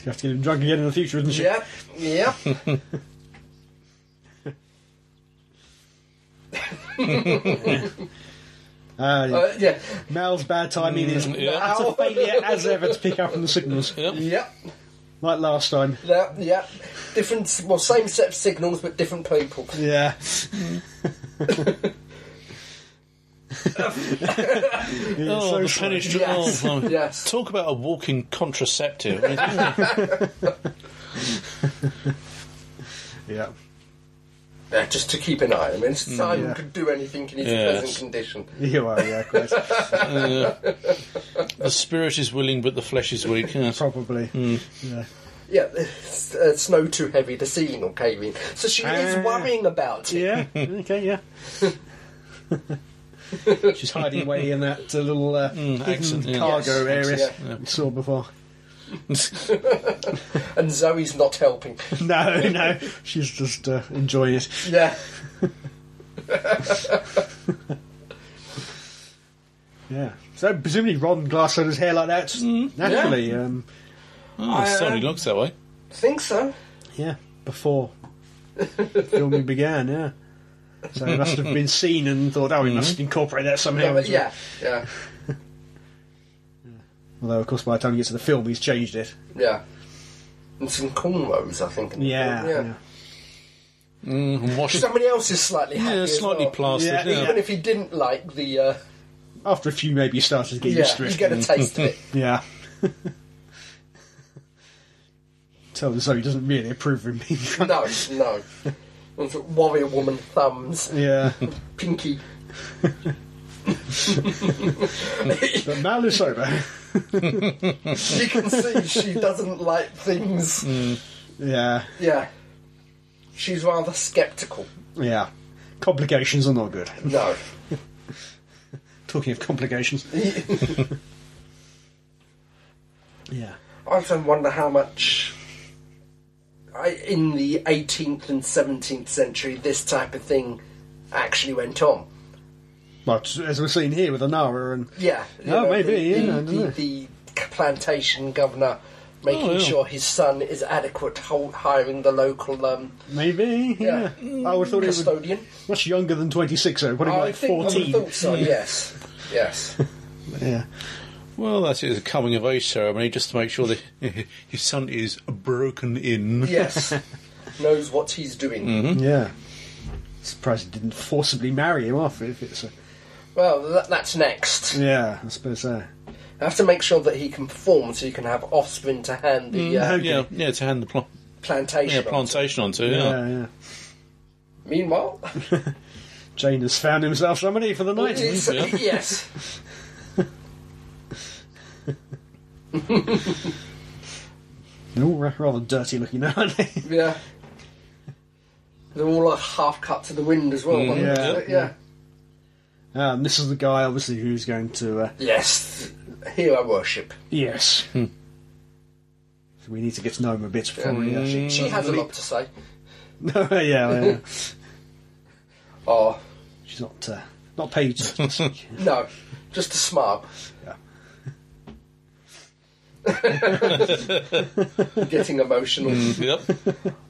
Speaker 2: You have to get him drunk again in the future, isn't she?
Speaker 3: yeah, yeah.
Speaker 2: Ah, yeah.
Speaker 3: Uh, yeah,
Speaker 2: Mal's bad timing is
Speaker 1: yeah.
Speaker 2: as a failure as ever to pick up on the signals,
Speaker 3: yeah.
Speaker 2: like last time.
Speaker 3: Yeah, yeah. Different, well, same set of signals, but different people.
Speaker 2: Yeah, Yeah,
Speaker 1: oh,
Speaker 2: so
Speaker 1: the
Speaker 2: sorry.
Speaker 1: pennies-
Speaker 3: Yes,
Speaker 1: oh, oh.
Speaker 3: yes.
Speaker 1: Talk about a walking contraceptive.
Speaker 2: yeah,
Speaker 3: Yeah, just to keep an eye on him. Simon
Speaker 2: Mm, yeah.
Speaker 3: could do anything in his
Speaker 1: Yes.
Speaker 3: present condition.
Speaker 2: you are. Yeah, quite.
Speaker 1: the spirit is willing, but the flesh is weak. Yes.
Speaker 2: probably.
Speaker 1: Mm.
Speaker 2: Yeah.
Speaker 3: Yeah, it's, uh, it's no too heavy to see nor caving. So she
Speaker 2: Ah.
Speaker 3: is worrying about it.
Speaker 2: yeah. Okay. Yeah. She's hiding away in that uh, little uh, hidden
Speaker 1: Mm, accent, yeah.
Speaker 2: cargo
Speaker 3: Yes,
Speaker 2: area
Speaker 3: accent,
Speaker 2: we saw before.
Speaker 3: And Zoe's not helping.
Speaker 2: No, no, she's just uh, enjoying it.
Speaker 3: yeah.
Speaker 2: Yeah. So presumably Ron Glass had his hair like that
Speaker 1: Mm.
Speaker 2: naturally. Yeah. Um,
Speaker 1: Oh,
Speaker 3: uh,
Speaker 1: it certainly looks that way.
Speaker 3: Think so.
Speaker 2: Yeah, before filming began, yeah. So it must have been seen and thought, oh, we must incorporate that somehow.
Speaker 3: Mm-hmm. Yeah, but
Speaker 2: into it.
Speaker 3: yeah, yeah,
Speaker 2: Although, of course, by the time you get to the film, he's changed it.
Speaker 3: yeah. And some cornrows, I think. in the
Speaker 2: Yeah.
Speaker 3: film,
Speaker 2: yeah.
Speaker 1: Mm, and wash-
Speaker 3: Somebody else is slightly happy.
Speaker 1: yeah,
Speaker 3: as
Speaker 1: slightly
Speaker 3: well.
Speaker 1: plastered.
Speaker 2: Yeah,
Speaker 1: yeah.
Speaker 3: Even if he didn't like the, uh,
Speaker 2: After a few, maybe you started to get
Speaker 3: yeah,
Speaker 2: used to
Speaker 3: you
Speaker 2: it.
Speaker 3: get a taste of it.
Speaker 2: Yeah. Tell him so he doesn't really approve of him being drunk.
Speaker 3: No, no. It's like Warrior woman thumbs,
Speaker 2: Yeah.
Speaker 3: pinky.
Speaker 2: But Mal is sober.
Speaker 3: She can see she doesn't like things.
Speaker 2: Yeah.
Speaker 3: Yeah. She's rather sceptical.
Speaker 2: Yeah. Complications are not good.
Speaker 3: No.
Speaker 2: Talking of complications. yeah.
Speaker 3: I often wonder how much. I, in the 18th and 17th century, this type of thing actually went on.
Speaker 2: But as we're seeing here with Anara and
Speaker 3: Yeah. you
Speaker 2: Oh, maybe,
Speaker 3: the-
Speaker 2: yeah,
Speaker 3: the-
Speaker 2: I don't
Speaker 3: the,
Speaker 2: know.
Speaker 3: the plantation governor making
Speaker 1: Oh, yeah.
Speaker 3: sure his son is adequate, ho- hiring the local um,
Speaker 2: Maybe, yeah. I would thought it was
Speaker 3: custodian.
Speaker 2: much younger than 26, so probably
Speaker 3: I
Speaker 2: like
Speaker 3: think I would
Speaker 2: 14.
Speaker 3: thought so, yes. Yes.
Speaker 2: Yeah.
Speaker 1: Well, that's it. It's a coming of age ceremony just to make sure that his son is broken in.
Speaker 3: Yes. Knows what he's doing.
Speaker 2: Yeah. Surprised he didn't forcibly marry him off if it's a,
Speaker 3: Well, that, that's next.
Speaker 2: Yeah, I suppose so.
Speaker 3: I have to make sure that he can perform so you can have offspring to hand the
Speaker 2: Mm,
Speaker 3: uh,
Speaker 1: Yeah, yeah, to hand the pl- yeah,
Speaker 3: plantation. on.
Speaker 1: plantation onto. Yeah.
Speaker 2: Yeah, yeah.
Speaker 3: Meanwhile,
Speaker 2: Jane has found himself somebody for the night.
Speaker 3: it's-
Speaker 1: yeah.
Speaker 3: yes.
Speaker 2: They're all ra- rather dirty looking, aren't they?
Speaker 3: Yeah. They're all like half cut to the wind as well. aren't
Speaker 2: yeah.
Speaker 3: they?
Speaker 2: Mm, Yeah. Um, this is the guy, obviously, who's going to. Uh,
Speaker 3: Yes. Hero worship.
Speaker 2: yes. So we need to get to know him a bit
Speaker 3: Um,
Speaker 2: Mm. before we actually.
Speaker 3: She has a lot to say.
Speaker 2: No, yeah, yeah.
Speaker 3: are
Speaker 2: She's not uh, not paid. so to speak.
Speaker 3: Oh, no, just a smart.
Speaker 2: yeah.
Speaker 3: Getting emotional.
Speaker 2: Mm.
Speaker 1: Yep.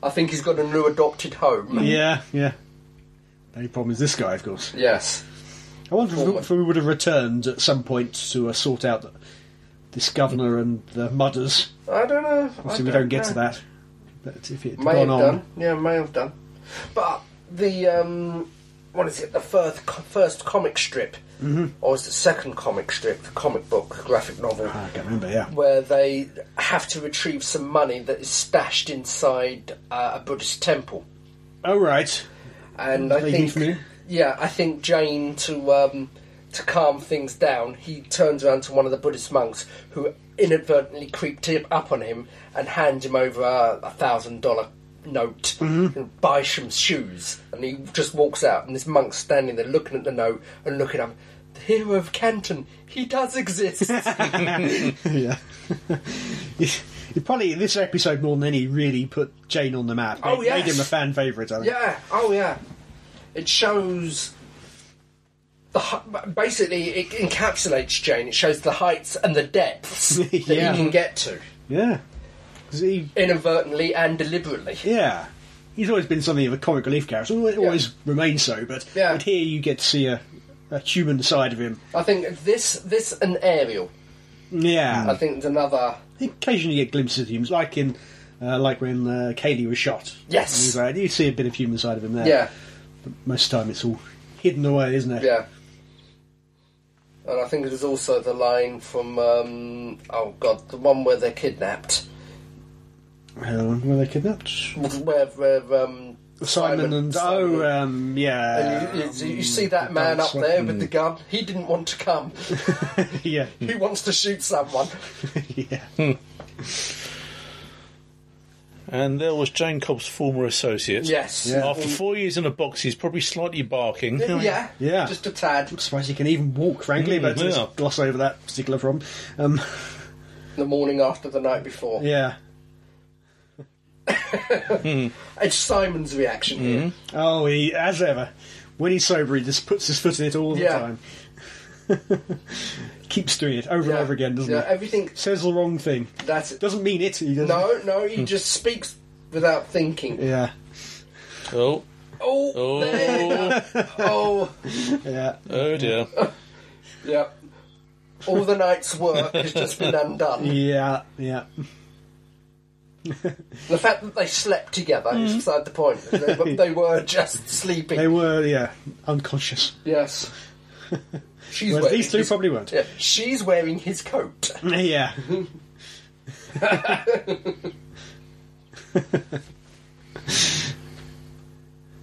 Speaker 3: I think he's got a new adopted home.
Speaker 2: yeah, yeah. The only problem is this guy, of course.
Speaker 3: Yes.
Speaker 2: I wonder if,
Speaker 3: Forward.
Speaker 2: if we would have returned at some point to uh, sort out this governor and the mudders.
Speaker 3: I don't know.
Speaker 2: Obviously,
Speaker 3: I
Speaker 2: we don't get
Speaker 3: know.
Speaker 2: to that. But if it had
Speaker 3: May have
Speaker 2: gone on,
Speaker 3: done. Yeah, may have done. But the um, what is it? The first first comic strip, or is the second comic strip, the comic book, the graphic novel,
Speaker 2: I can't remember. Yeah,
Speaker 3: where they have to retrieve some money that is stashed inside uh, a Buddhist temple.
Speaker 2: Oh right.
Speaker 3: And I
Speaker 2: Vaguely
Speaker 3: think,
Speaker 2: familiar.
Speaker 3: yeah, I think Jane to um, to calm things down, he turns around to one of the Buddhist monks who inadvertently creeped him up on him and hand him over a a thousand dollar note and buy some shoes. And he just walks out, and this monk's standing there looking at the note and looking up. The hero of Canton, he does exist.
Speaker 2: yeah. He probably in this episode more than any really put Jane on the map.
Speaker 3: Oh,
Speaker 2: made,
Speaker 3: yes.
Speaker 2: made him a fan favourite. I think.
Speaker 3: Yeah. Oh, yeah. It shows the hei- basically it encapsulates Jane. It shows the heights and the depths that you
Speaker 2: Yeah.
Speaker 3: can get to
Speaker 2: Yeah. 'Cause he,
Speaker 3: inadvertently and deliberately.
Speaker 2: yeah. He's always been something of a comic relief character. Always, always remains so, but,
Speaker 3: Yeah.
Speaker 2: but here you get to see a, a human side of him.
Speaker 3: I think this this and Ariel. I
Speaker 2: Yeah.
Speaker 3: think is another.
Speaker 2: Occasionally you get glimpses of him, like in. Uh, like when uh, Kaylee was shot.
Speaker 3: Yes.
Speaker 2: He was like- you see a bit of human side of him there.
Speaker 3: Yeah.
Speaker 2: Most of the time it's all hidden away, isn't it?
Speaker 3: Yeah. And I think it is also the line from um, oh god, the one where they're kidnapped,
Speaker 2: Um, were they kidnapped?
Speaker 3: where, where um,
Speaker 2: Simon, and. Mm,
Speaker 3: Simon-
Speaker 2: Oh, um, yeah.
Speaker 3: And you, you, you see that man up
Speaker 2: dance
Speaker 3: there
Speaker 2: one.
Speaker 3: with the gun. He didn't want to come.
Speaker 2: yeah.
Speaker 3: he wants to shoot someone.
Speaker 2: yeah.
Speaker 1: And there was Jane Cobb's former associate.
Speaker 3: Yes. Oh,
Speaker 2: Yeah. Oh,
Speaker 1: After four years in a box, he's probably slightly barking.
Speaker 3: Yeah.
Speaker 2: Yeah.
Speaker 3: Just a tad.
Speaker 2: I'm surprised he can even walk, frankly,
Speaker 1: Mm,
Speaker 2: but let's
Speaker 1: yeah.
Speaker 2: gloss over that particular problem. Um,
Speaker 3: The morning after the night before.
Speaker 2: yeah.
Speaker 3: It's Simon's reaction here.
Speaker 2: Oh, he, as ever, when he's sober, he just puts his foot in it all the
Speaker 3: Yeah.
Speaker 2: time. Keeps doing it over and over again, doesn't
Speaker 3: yeah,
Speaker 2: he?
Speaker 3: Everything.
Speaker 2: Says the wrong thing.
Speaker 3: That's it.
Speaker 2: Doesn't mean it. He doesn't.
Speaker 3: No, no. He just speaks without thinking.
Speaker 2: Mm. Yeah.
Speaker 1: Oh,
Speaker 3: Oh. there-
Speaker 1: oh,
Speaker 3: oh.
Speaker 2: Yeah.
Speaker 1: oh dear.
Speaker 3: Yeah. All the night's work has just been undone.
Speaker 2: Yeah. Yeah.
Speaker 3: The fact that they slept together is beside the point. They, were- they were just sleeping.
Speaker 2: Mm-hmm. They were, yeah, unconscious.
Speaker 3: Yes. She's
Speaker 2: Whereas
Speaker 3: wearing
Speaker 2: these two
Speaker 3: his-
Speaker 2: probably weren't.
Speaker 3: Yeah, she's wearing his coat.
Speaker 2: Yeah.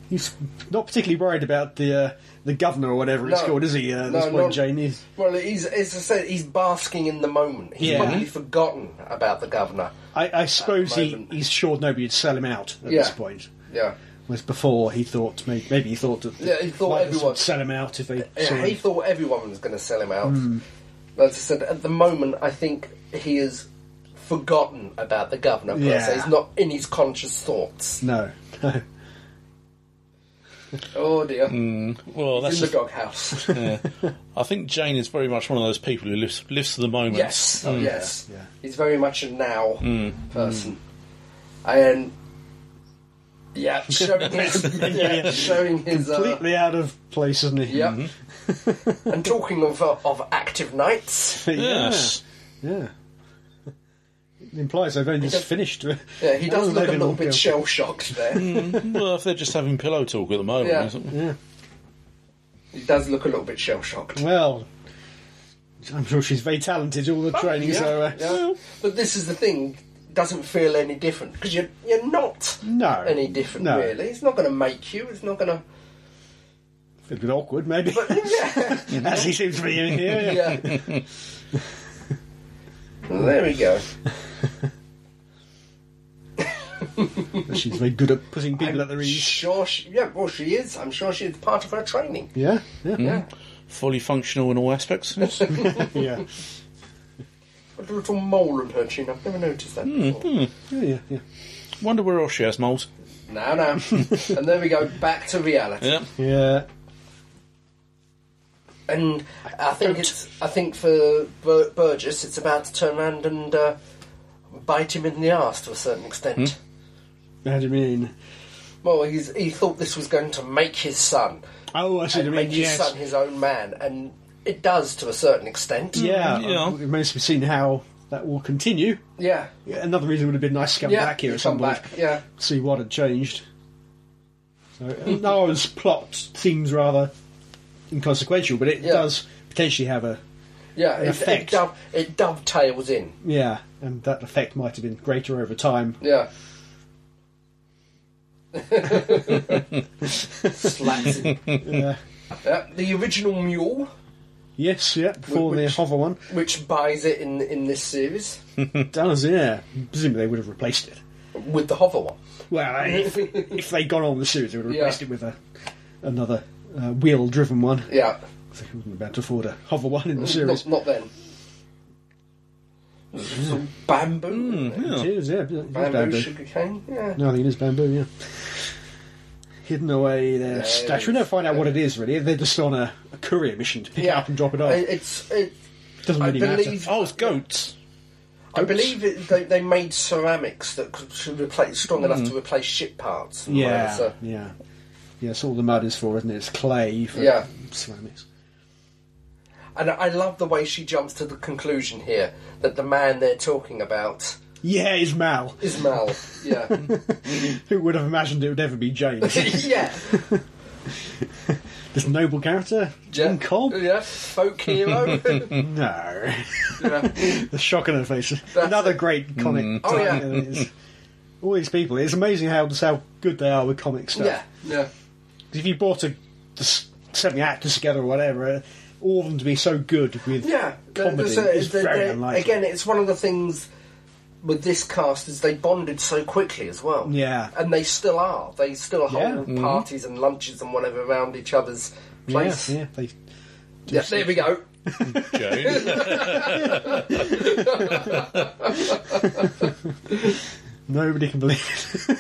Speaker 2: He's not particularly worried about the uh, the governor or whatever it's
Speaker 3: No.
Speaker 2: called, is he? Uh, at
Speaker 3: No,
Speaker 2: this point,
Speaker 3: not-
Speaker 2: Jane is.
Speaker 3: Well, he's as I said, he's basking in the moment. He's
Speaker 2: Yeah.
Speaker 3: probably forgotten about the governor.
Speaker 2: I, I suppose he,
Speaker 3: moment.
Speaker 2: he's sure nobody would sell him out at
Speaker 3: Yeah.
Speaker 2: this point.
Speaker 3: Yeah.
Speaker 2: Whereas before, he thought maybe, maybe he thought that the
Speaker 3: Yeah, he thought
Speaker 2: Lightness
Speaker 3: everyone-
Speaker 2: would sell him out if they. saw
Speaker 3: Yeah,
Speaker 2: him.
Speaker 3: he thought everyone was going to sell him out.
Speaker 2: Hmm.
Speaker 3: But As I said, at the moment, I think he has forgotten about the governor. per
Speaker 2: Yeah.
Speaker 3: se. he's not in his conscious thoughts.
Speaker 2: No, no.
Speaker 3: Oh dear,
Speaker 2: Hmm.
Speaker 1: Well, that's
Speaker 3: in the
Speaker 1: just-
Speaker 3: doghouse.
Speaker 1: I think Jane is very much one of those people who lives lives to the moment. Um,
Speaker 3: yes, oh, yes.
Speaker 2: Hmm. yeah. Hmm.
Speaker 3: He's very much a now person, and yeah, showing his, yeah, showing his uh,
Speaker 2: Completely out of place, isn't he?
Speaker 3: Yep.
Speaker 2: Mm-hmm.
Speaker 3: and talking of uh, of active nights,
Speaker 1: Yes.
Speaker 2: Yeah. It implies they've only just finished.
Speaker 3: yeah, he does
Speaker 2: Hasn't
Speaker 3: look
Speaker 2: they
Speaker 3: a
Speaker 2: Oh, been
Speaker 3: little
Speaker 2: all
Speaker 3: bit
Speaker 2: built?
Speaker 3: shell shocked there.
Speaker 1: Well, if they're just having pillow talk at the moment.
Speaker 3: Yeah.
Speaker 1: isn't it?
Speaker 2: Yeah.
Speaker 3: he does look a little bit shell shocked.
Speaker 2: Well, I'm sure she's very talented. All the training, so uh,
Speaker 3: But this is the thing; doesn't feel any different because you're you're not
Speaker 2: No.
Speaker 3: any different
Speaker 2: No.
Speaker 3: really. It's not going to make you. It's not going to.
Speaker 2: a bit awkward, maybe.
Speaker 3: Yeah.
Speaker 2: As he seems to be in here. yeah.
Speaker 3: yeah. there we go.
Speaker 2: She's very good at putting people at their ease.
Speaker 3: Sure, she, yeah. Well, she is. I'm sure she's part of her training.
Speaker 2: Yeah, yeah, yeah.
Speaker 1: Fully functional in all aspects. Yes.
Speaker 3: Hmm.
Speaker 2: yeah.
Speaker 3: Got a
Speaker 2: Mm-hmm.
Speaker 3: little mole on her chin. I've never noticed that before.
Speaker 2: Yeah, yeah,
Speaker 1: Wonder where else she has moles.
Speaker 3: No, no. and there we go, back to reality.
Speaker 1: Yeah.
Speaker 2: Yeah.
Speaker 3: And I think it's I think for Bur- Burgess, it's about to turn around and uh, bite him in the arse to a certain extent.
Speaker 2: Hmm? How do you mean?
Speaker 3: Well, he's, he thought this was going to make his son,
Speaker 2: Oh, I see what you
Speaker 3: and
Speaker 2: mean.
Speaker 3: make his
Speaker 2: Yes.
Speaker 3: son his own man, and it does to a certain extent.
Speaker 2: Yeah.
Speaker 1: Yeah.
Speaker 2: It remains to be seen how that will continue.
Speaker 3: yeah,
Speaker 2: Yeah, another reason would have been nice to come
Speaker 3: yeah.
Speaker 2: back here
Speaker 3: you
Speaker 2: at some
Speaker 3: come
Speaker 2: point.
Speaker 3: back. Yeah,
Speaker 2: See what had changed. So, uh, Nara's plot seems rather inconsequential, but it
Speaker 3: Yeah.
Speaker 2: does potentially have a
Speaker 3: yeah.
Speaker 2: In
Speaker 3: It, it,
Speaker 2: effect.
Speaker 3: dove, it dovetails in.
Speaker 2: yeah, and that effect might have been greater over time.
Speaker 3: Yeah. Slaps him.
Speaker 2: Yeah.
Speaker 3: Yeah, the original mule,
Speaker 2: Yes, yeah, before
Speaker 3: Which-
Speaker 2: the hover one.
Speaker 3: which buys it in in this series
Speaker 2: Does yeah. Presumably they would have replaced it.
Speaker 3: with the hover one.
Speaker 2: Well, if, if they'd gone on with the series, they would have
Speaker 3: Yeah.
Speaker 2: replaced it with a another uh, wheel-driven one.
Speaker 3: Yeah,
Speaker 2: They wouldn't have been able to afford a hover one in the
Speaker 3: not,
Speaker 2: series.
Speaker 3: not then. Some bamboo, isn't it?
Speaker 2: It is, yeah. it is
Speaker 3: bamboo,
Speaker 2: Mm-hmm. bamboo.
Speaker 3: sugarcane. Yeah,
Speaker 2: No, I think it is bamboo, yeah. Hidden away there,
Speaker 3: Yes.
Speaker 2: stash. We never find out what it is, really. They're just on a, a courier mission to pick it
Speaker 3: yeah.
Speaker 2: up and drop it off.
Speaker 3: I- It's it,
Speaker 2: Doesn't
Speaker 3: I
Speaker 2: really
Speaker 3: believe
Speaker 2: matter.
Speaker 1: Oh, it's goats.
Speaker 3: I believe it, they, they made ceramics that could to replace strong enough to replace ship parts. and
Speaker 2: Mm. Yeah,
Speaker 3: whatever, so-
Speaker 2: yeah. Yes, all the mud is for, isn't it? It's clay for
Speaker 3: Yeah.
Speaker 2: ceramics.
Speaker 3: And I love the way she jumps to the conclusion here that the man they're talking about
Speaker 2: Yeah, it's Mal.
Speaker 3: is Mal. Yeah.
Speaker 2: Who would have imagined it would ever be James?
Speaker 3: yeah.
Speaker 2: this noble character?
Speaker 3: Yeah.
Speaker 2: Jim Cobb?
Speaker 3: Yeah. Folk hero.
Speaker 2: No.
Speaker 3: yeah.
Speaker 2: the shock on her face. Another
Speaker 3: it.
Speaker 2: great comic.
Speaker 3: Oh, yeah.
Speaker 2: title it is. All these people. It's amazing how, just how good they are with comic stuff.
Speaker 3: yeah. Yeah.
Speaker 2: if you brought a just seven actors together or whatever, uh, all of them to be so good with
Speaker 3: Yeah. There-
Speaker 2: comedy
Speaker 3: there's a-
Speaker 2: is
Speaker 3: there-
Speaker 2: very
Speaker 3: there-
Speaker 2: unlikely.
Speaker 3: Again, it's one of the things with this cast is they bonded so quickly as well.
Speaker 2: Yeah.
Speaker 3: And they still are. They still hold
Speaker 2: Yeah. Mm-hmm.
Speaker 3: parties and lunches and whatever around each other's place.
Speaker 2: yeah, yeah, they,
Speaker 3: Yeah, there we go.
Speaker 1: Joan.
Speaker 2: nobody can believe.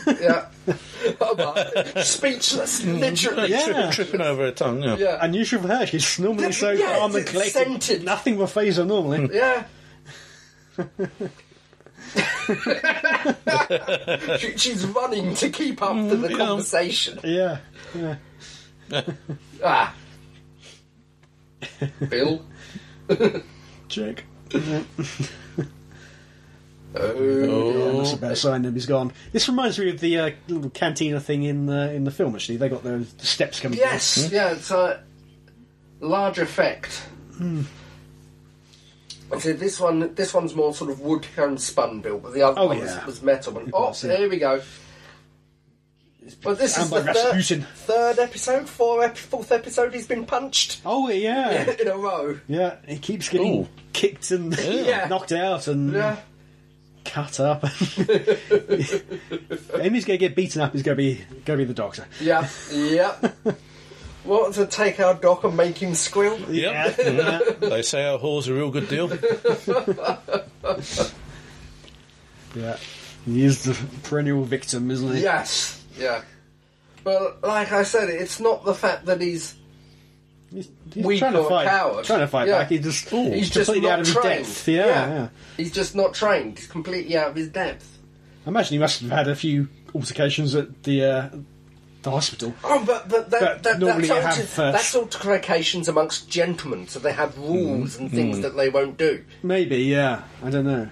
Speaker 2: It.
Speaker 3: Yeah. Oh, Speechless,
Speaker 2: Mm-hmm.
Speaker 3: literally.
Speaker 2: Yeah.
Speaker 1: tripping over her tongue. Yeah.
Speaker 3: Yeah.
Speaker 2: Unusual for her. She's normally so
Speaker 3: Yeah,
Speaker 2: calm and
Speaker 3: it's
Speaker 2: collected.
Speaker 3: scented.
Speaker 2: Nothing will phase her normally.
Speaker 3: Yeah. she, she's running to keep up
Speaker 2: Mm-hmm.
Speaker 3: to the
Speaker 1: yeah.
Speaker 3: conversation.
Speaker 2: yeah, yeah.
Speaker 3: Ah. Bill.
Speaker 2: Check.
Speaker 3: Oh.
Speaker 2: Yeah, that's a better sign. Nobody's gone. This reminds me of the uh, little cantina thing in the in the film. Actually, they got those steps coming. down.
Speaker 3: Yes. Yeah. It's a large effect.
Speaker 2: Hmm.
Speaker 3: I said this one. This one's more sort of wood and spun built, but the other
Speaker 2: Oh,
Speaker 3: one
Speaker 2: yeah.
Speaker 3: was, was metal. And, oh,
Speaker 2: course, yeah.
Speaker 3: there we go. But this
Speaker 2: And
Speaker 3: is
Speaker 2: by
Speaker 3: the third,
Speaker 2: Rasputin.
Speaker 3: third episode, four ep- fourth episode. He's been punched
Speaker 2: Oh yeah.
Speaker 3: in a row.
Speaker 2: Yeah, he keeps getting
Speaker 1: Ooh.
Speaker 2: kicked and
Speaker 3: Yeah.
Speaker 2: knocked out and
Speaker 3: Yeah.
Speaker 2: cut up. Amy's gonna get beaten up. Is gonna be gonna be the doctor.
Speaker 3: Yeah, yeah. What to take our doc and make him squeal?
Speaker 1: Yep.
Speaker 2: Yeah.
Speaker 1: They say our whore's a real good deal.
Speaker 2: yeah, he is the perennial victim, isn't he?
Speaker 3: Yes, yeah. Well, like I said, it's not the fact that he's
Speaker 2: he's, he's
Speaker 3: Weak
Speaker 2: trying to
Speaker 3: or a
Speaker 2: fight,
Speaker 3: coward.
Speaker 2: trying to fight
Speaker 3: Yeah.
Speaker 2: back. He just
Speaker 3: he's just
Speaker 2: completely
Speaker 3: not
Speaker 2: out of his
Speaker 3: trained.
Speaker 2: depth. Yeah,
Speaker 3: yeah.
Speaker 2: yeah.
Speaker 3: he's just not trained. He's completely out of his depth.
Speaker 2: I imagine he must have had a few altercations at the uh, the hospital.
Speaker 3: Oh, but but, that,
Speaker 2: But
Speaker 3: that,
Speaker 2: normally
Speaker 3: that's,
Speaker 2: you
Speaker 3: all
Speaker 2: have
Speaker 3: to,
Speaker 2: first-
Speaker 3: that's all to creations amongst gentlemen, so they have rules and
Speaker 2: Mm.
Speaker 3: things that they won't do.
Speaker 2: Maybe, yeah. I don't know.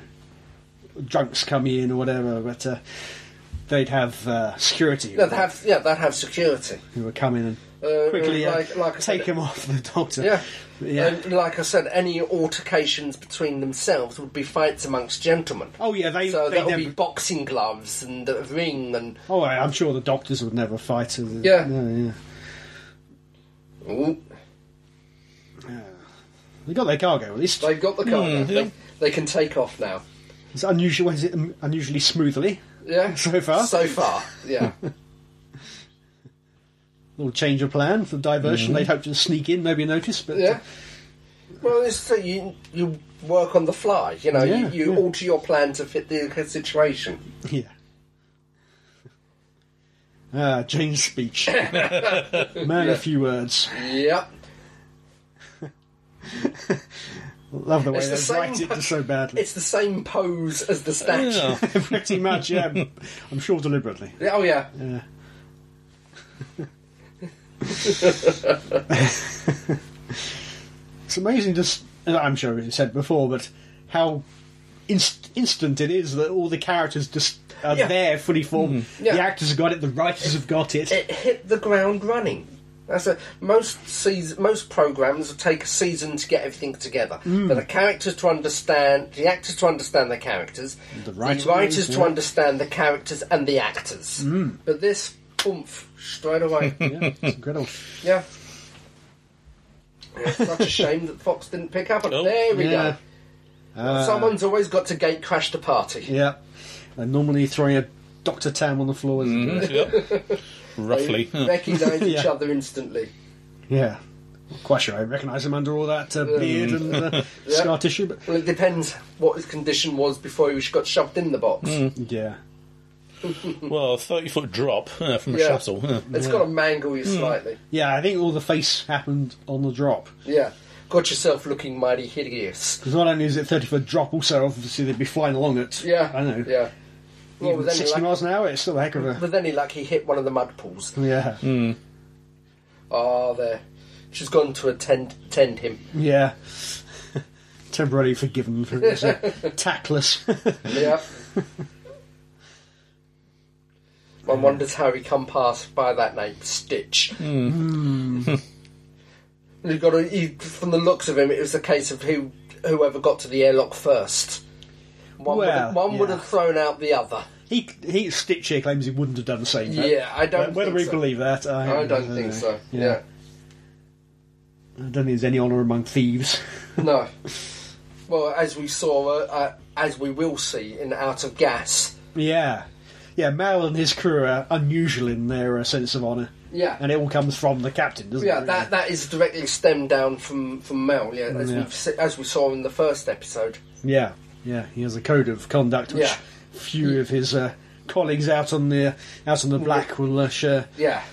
Speaker 2: Drunks come in or whatever, but uh, they'd have uh, security
Speaker 3: Yeah, they have yeah, they have security.
Speaker 2: who would come in and
Speaker 3: Uh,
Speaker 2: quickly uh,
Speaker 3: like- like I said-
Speaker 2: take him off the doctor.
Speaker 3: Yeah. Um,
Speaker 2: Yeah.
Speaker 3: And like I said, any altercations between themselves would be fights amongst gentlemen.
Speaker 2: Oh yeah, they.
Speaker 3: So
Speaker 2: they
Speaker 3: that would be
Speaker 2: never-
Speaker 3: boxing gloves and a ring and
Speaker 2: Oh, I- I'm sure the doctors would never fight. as a-
Speaker 3: Yeah.
Speaker 2: yeah.
Speaker 3: Ooh,
Speaker 2: They got their cargo at least.
Speaker 3: they've got the
Speaker 2: Mm,
Speaker 3: cargo.
Speaker 1: yeah.
Speaker 3: They, they can take off now.
Speaker 2: It's unusual. Is it um, unusually smoothly?
Speaker 3: Yeah.
Speaker 2: So far?
Speaker 3: So far. Yeah.
Speaker 2: little change of plan for diversion. They'd hope to sneak in, nobody noticed, but
Speaker 3: Mm-hmm. yeah. Well, it's that you you work on the fly. You know,
Speaker 2: Yeah,
Speaker 3: you, you
Speaker 2: yeah.
Speaker 3: alter your plan to fit the situation.
Speaker 2: yeah. Ah, Jane's speech. Man of few words.
Speaker 3: Yep.
Speaker 2: Love the way
Speaker 3: It's the
Speaker 2: they
Speaker 3: same
Speaker 2: write it
Speaker 3: pose-
Speaker 2: so badly.
Speaker 3: It's the same pose as the statue.
Speaker 1: Yeah.
Speaker 2: Pretty much, yeah. I'm- I'm sure deliberately.
Speaker 3: Yeah, Oh yeah.
Speaker 2: It's amazing, just as I'm sure we said before, but how inst- instant it is that all the characters just are
Speaker 3: Yeah. Mm.
Speaker 2: there, fully formed.
Speaker 3: Yeah.
Speaker 2: The actors have got it, the writers have got it.
Speaker 3: It hit the ground running. That's a, most seas most programs will take a season to get everything together.
Speaker 2: Mm.
Speaker 3: For the characters to understand, the actors to understand the characters,
Speaker 2: The writers,
Speaker 3: to
Speaker 2: yeah. Mm.
Speaker 3: understand the characters and the actors. But this, oomph, straight away.
Speaker 2: yeah, it's incredible.
Speaker 3: Yeah. Yeah, it's such a shame that Fox didn't pick up on it.
Speaker 1: Oh.
Speaker 3: There we
Speaker 2: Yeah. Uh,
Speaker 3: go. Someone's always got to gate crash the party.
Speaker 2: Yeah. And normally throwing a Dr. Tam on the floor is
Speaker 3: Mm.
Speaker 1: Yep. Roughly.
Speaker 3: They recognise each
Speaker 2: Yeah.
Speaker 3: other instantly.
Speaker 2: Yeah. Quasher, I recognise him under all that
Speaker 3: Mm.
Speaker 2: uh, beard and uh, scar tissue, but
Speaker 3: Well, it depends what his condition was before he got shoved in the box.
Speaker 2: yeah.
Speaker 1: Well, a 30 foot drop uh, from a
Speaker 3: Yeah.
Speaker 1: shuttle. huh.
Speaker 3: It's got to mangle you slightly.
Speaker 2: Yeah, I think all the face happened on the drop.
Speaker 3: Yeah. Got yourself looking mighty hideous.
Speaker 2: Because not only is it 30 foot drop, also obviously they'd be flying along at,
Speaker 3: Yeah.
Speaker 2: I don't know,
Speaker 3: Yeah. Well,
Speaker 2: even
Speaker 3: with any,
Speaker 2: 60
Speaker 3: luck,
Speaker 2: miles an hour, it's still a heck of a.
Speaker 3: with any luck, he hit one of the mud pools.
Speaker 2: Yeah.
Speaker 3: Ah, there. She's gone to attend, attend him.
Speaker 2: Yeah. Temporarily forgiven for being so tactless.
Speaker 3: Yeah. One wonders how he come past by that name, Stitch. Hmm. he got a, he, from the looks of him, it was a case of who whoever got to the airlock first. One, would,
Speaker 2: Well,
Speaker 3: have, one would
Speaker 2: yeah.
Speaker 3: have thrown out the other.
Speaker 2: he, he Stitch here claims he wouldn't have done the same. but
Speaker 3: Yeah, I don't.
Speaker 2: Whether
Speaker 3: think
Speaker 2: we
Speaker 3: so.
Speaker 2: believe that, I,
Speaker 3: I don't think
Speaker 2: know.
Speaker 3: so. Yeah,
Speaker 2: I don't think there's any honour among thieves.
Speaker 3: no. Well, as we saw, uh, uh, as we will see in Out of Gas.
Speaker 2: yeah. Yeah, Mal and his crew are unusual in their uh, sense of honour.
Speaker 3: Yeah.
Speaker 2: And it all comes from the captain, doesn't
Speaker 3: Yeah,
Speaker 2: it?
Speaker 3: that that is directly stemmed down from from Mel. Yeah, as
Speaker 2: Yeah.
Speaker 3: we se- as we saw in the first episode.
Speaker 2: Yeah, yeah, he has a code of conduct which
Speaker 3: Yeah.
Speaker 2: few of his uh, colleagues out on the out on the black will uh, share.
Speaker 3: Yeah.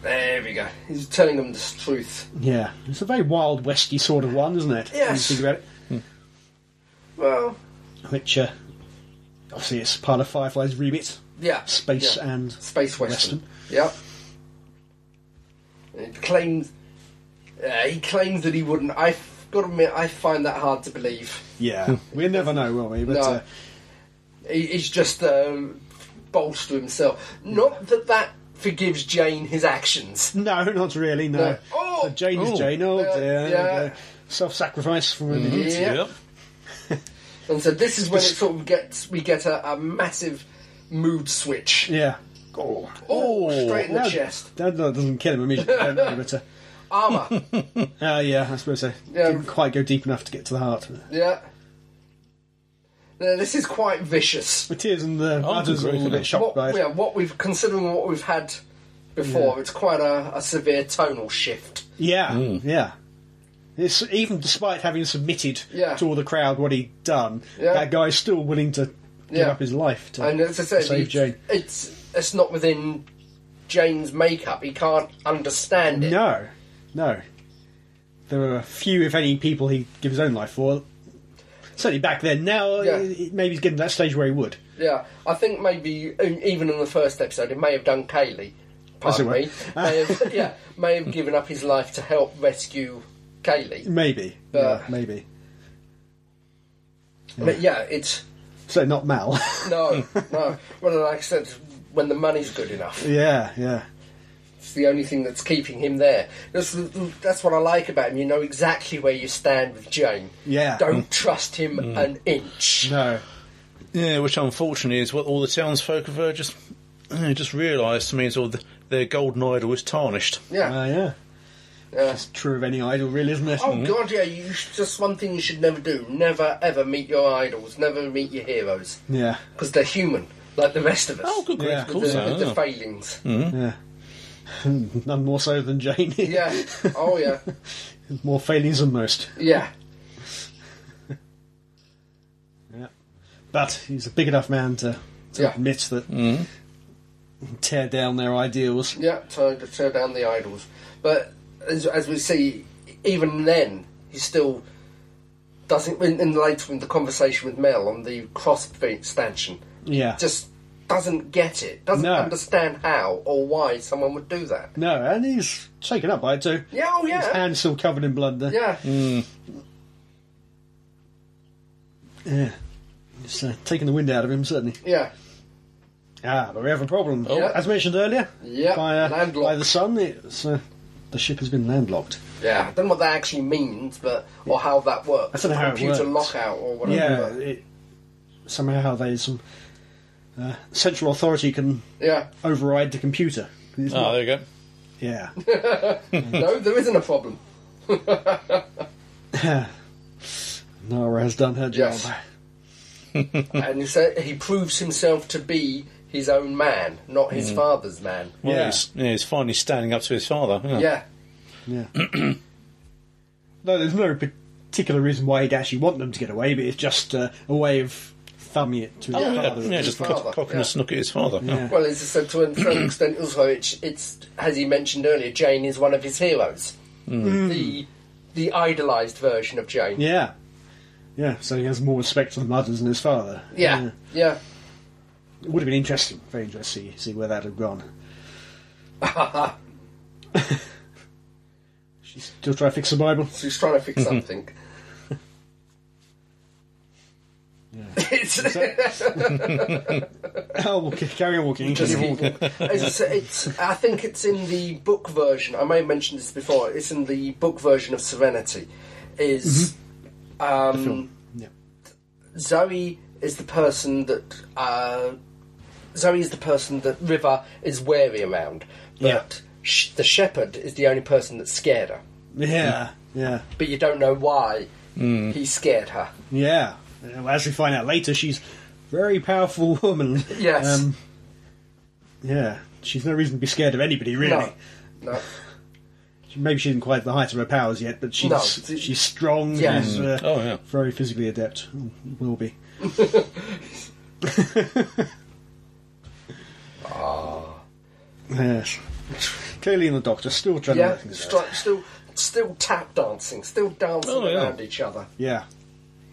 Speaker 3: There we go. He's telling them the truth.
Speaker 2: Yeah, it's a very wild westy sort of one, isn't it?
Speaker 3: Yes.
Speaker 2: When you think about
Speaker 3: Well,
Speaker 2: it, which uh, obviously it's part of Firefly's remit,
Speaker 3: yeah.
Speaker 2: space
Speaker 3: yeah.
Speaker 2: and
Speaker 3: Space Western. Yep. He claims. Uh, he claims that he wouldn't. I've got to admit, I find that hard to believe.
Speaker 2: Yeah, Hmm. we never know, will we? But
Speaker 3: No.
Speaker 2: uh,
Speaker 3: He, he's just um, bolster himself. Not that that forgives Jane his actions.
Speaker 2: no, not really. No.
Speaker 3: No. Oh!
Speaker 2: But Jane
Speaker 1: Oh.
Speaker 2: is Jane. Oh
Speaker 3: Uh,
Speaker 2: dear.
Speaker 3: yeah.
Speaker 2: uh, Self-sacrifice from an idiot.
Speaker 3: Yeah.
Speaker 1: Yep.
Speaker 3: And so this is when it sort of gets we get a, a massive mood switch.
Speaker 2: Yeah. Oh,
Speaker 3: Oh, straight in the
Speaker 2: Now-
Speaker 3: chest.
Speaker 2: That, that doesn't kill him immediately, don't it, but, uh,
Speaker 3: Armour.
Speaker 2: Uh, yeah, I suppose so.
Speaker 3: Yeah.
Speaker 2: Didn't quite go deep enough to get to the heart.
Speaker 3: yeah. Now, this is quite vicious.
Speaker 2: The tears and the others are
Speaker 1: agree
Speaker 2: all a
Speaker 1: with
Speaker 2: bit
Speaker 1: that.
Speaker 2: shocked
Speaker 3: What,
Speaker 2: by it.
Speaker 3: yeah, what we've considering what we've had before, it's quite a, a severe tonal shift.
Speaker 2: Yeah, yeah. It's, even despite having submitted
Speaker 3: Yeah.
Speaker 2: to all the crowd what he'd done,
Speaker 3: Yeah.
Speaker 2: that guy's still willing to give
Speaker 3: Yeah.
Speaker 2: up his life to
Speaker 3: And as I said,
Speaker 2: save
Speaker 3: it's,
Speaker 2: Jane.
Speaker 3: it's it's not within Jane's makeup. He can't understand it.
Speaker 2: No, no. There are a few, if any, people he'd give his own life for. Certainly back then. Now,
Speaker 3: Yeah.
Speaker 2: uh, maybe he's getting to that stage where he would.
Speaker 3: Yeah, I think maybe e- even in the first episode, it may have done Kaylee. Pardon
Speaker 2: it
Speaker 3: me. May have, yeah, may have given up his life to help rescue Kaylee.
Speaker 2: Maybe.
Speaker 3: Uh.
Speaker 2: yeah, maybe.
Speaker 3: But yeah, it's
Speaker 2: So not Mal.
Speaker 3: no, no. Well, like I said, when the money's good enough,
Speaker 2: yeah, yeah.
Speaker 3: it's the only thing that's keeping him there. That's that's what I like about him. You know exactly where you stand with Jane.
Speaker 2: Yeah. Mm.
Speaker 3: Don't trust him
Speaker 1: Mm.
Speaker 3: an inch.
Speaker 2: No.
Speaker 1: Yeah, which unfortunately is what all the townsfolk have uh, just uh, just realised means all the, their golden idol is tarnished.
Speaker 3: Yeah.
Speaker 2: Uh, yeah.
Speaker 3: yeah.
Speaker 2: True of any idol, really, isn't it?
Speaker 1: Mm-hmm.
Speaker 3: Oh God, yeah. You sh- just one thing you should never do: never ever meet your idols, never meet your heroes.
Speaker 2: Yeah.
Speaker 3: because they're human, like the rest of us.
Speaker 1: Oh, good grief,
Speaker 2: Yeah.
Speaker 1: of
Speaker 3: With
Speaker 1: course.
Speaker 3: the, with
Speaker 1: they
Speaker 3: the
Speaker 1: are. Mm.
Speaker 3: failings.
Speaker 2: Yeah. None more so than Jane.
Speaker 3: Yeah. Oh, yeah.
Speaker 2: more failings than most.
Speaker 3: Yeah.
Speaker 2: But he's a big enough man to to
Speaker 3: Yeah.
Speaker 2: admit that tear down their ideals.
Speaker 3: Yeah, trying to tear down the idols. But as, as we see, even then, he still doesn't. In, in later in the conversation with Mel on the cross extension,
Speaker 2: Yeah.
Speaker 3: just doesn't get it. Doesn't
Speaker 2: No.
Speaker 3: understand how or why someone would do that.
Speaker 2: no, and he's shaken up by it too.
Speaker 3: Yeah, oh
Speaker 2: His
Speaker 3: yeah,
Speaker 2: hand's still covered in blood there.
Speaker 3: yeah.
Speaker 2: Yeah. It's uh, taking the wind out of him, certainly.
Speaker 3: Yeah,
Speaker 2: Ah, but we have a problem.
Speaker 3: Oh.
Speaker 2: As mentioned earlier,
Speaker 3: Yeah,
Speaker 2: by, uh,
Speaker 3: landlocked.
Speaker 2: by the sun, it's, uh, the ship has been landlocked.
Speaker 3: yeah. I don't know what that actually means, but or how that works.
Speaker 2: I don't know how it
Speaker 3: Computer
Speaker 2: works.
Speaker 3: lockout or
Speaker 2: Yeah,
Speaker 3: whatever.
Speaker 2: it, somehow they some uh, central authority can
Speaker 3: Yeah,
Speaker 2: override the computer. It's
Speaker 1: Oh,
Speaker 3: Ah,
Speaker 2: not-
Speaker 1: there you go.
Speaker 2: yeah.
Speaker 3: no, there isn't a problem.
Speaker 2: Nara has done her job.
Speaker 3: Yes. and he said he proves himself to be his own man, not
Speaker 2: Mm.
Speaker 3: his father's man.
Speaker 1: Well,
Speaker 2: Yeah.
Speaker 1: He's, yeah, he's finally standing up to his father. Yeah.
Speaker 3: Yeah,
Speaker 2: Yeah. no, there's no particular reason why he'd actually want them to get away, but it's just uh, a way of thumbing it to
Speaker 1: Oh,
Speaker 2: his
Speaker 1: yeah,
Speaker 2: father.
Speaker 1: yeah,
Speaker 3: his
Speaker 1: just
Speaker 3: father,
Speaker 1: cock- cocking
Speaker 3: yeah.
Speaker 1: a snook at his father.
Speaker 2: Yeah.
Speaker 3: Well, as I said, to a certain extent, also, it's, it's as he mentioned earlier, Jane is one of his heroes. The the idolised version of Jane. Hmm. Yeah.
Speaker 2: Yeah. Yeah, so he has more respect for the mothers than his father.
Speaker 3: Yeah.
Speaker 2: It would have been interesting, very interesting to see, see where that had gone. She's still trying to fix the Bible.
Speaker 3: So he's trying to fix something. It's,
Speaker 2: Oh, we'll c- carry on walking.
Speaker 3: Just
Speaker 2: Carry on walking.
Speaker 3: keep- as I said, it's, I think it's in the book version. I may have mentioned this before. It's in the book version of Serenity. Is um,
Speaker 2: Yeah.
Speaker 3: Zoe is the person that uh, Zoe is the person that River is wary around, but sh- the shepherd is the only person that's scared her.
Speaker 2: yeah, yeah,
Speaker 3: But you don't know why he scared her.
Speaker 2: yeah. Well, as we find out later, she's a very powerful woman. Um,
Speaker 3: Yes.
Speaker 2: yeah, she's no reason to be scared of anybody, really.
Speaker 3: No, no.
Speaker 2: She- Maybe she isn't quite at the height of her powers yet, but she's
Speaker 3: No.
Speaker 2: she's strong.
Speaker 3: Yeah.
Speaker 2: She's, uh,
Speaker 1: Oh, yeah.
Speaker 2: Very physically adept. Mm, Will be. Yes. Clearly, and the doctor still trying
Speaker 3: Yeah,
Speaker 2: to work things out.
Speaker 3: stri- still, still tap dancing, still dancing
Speaker 1: Oh, yeah.
Speaker 3: around each other.
Speaker 2: Yeah,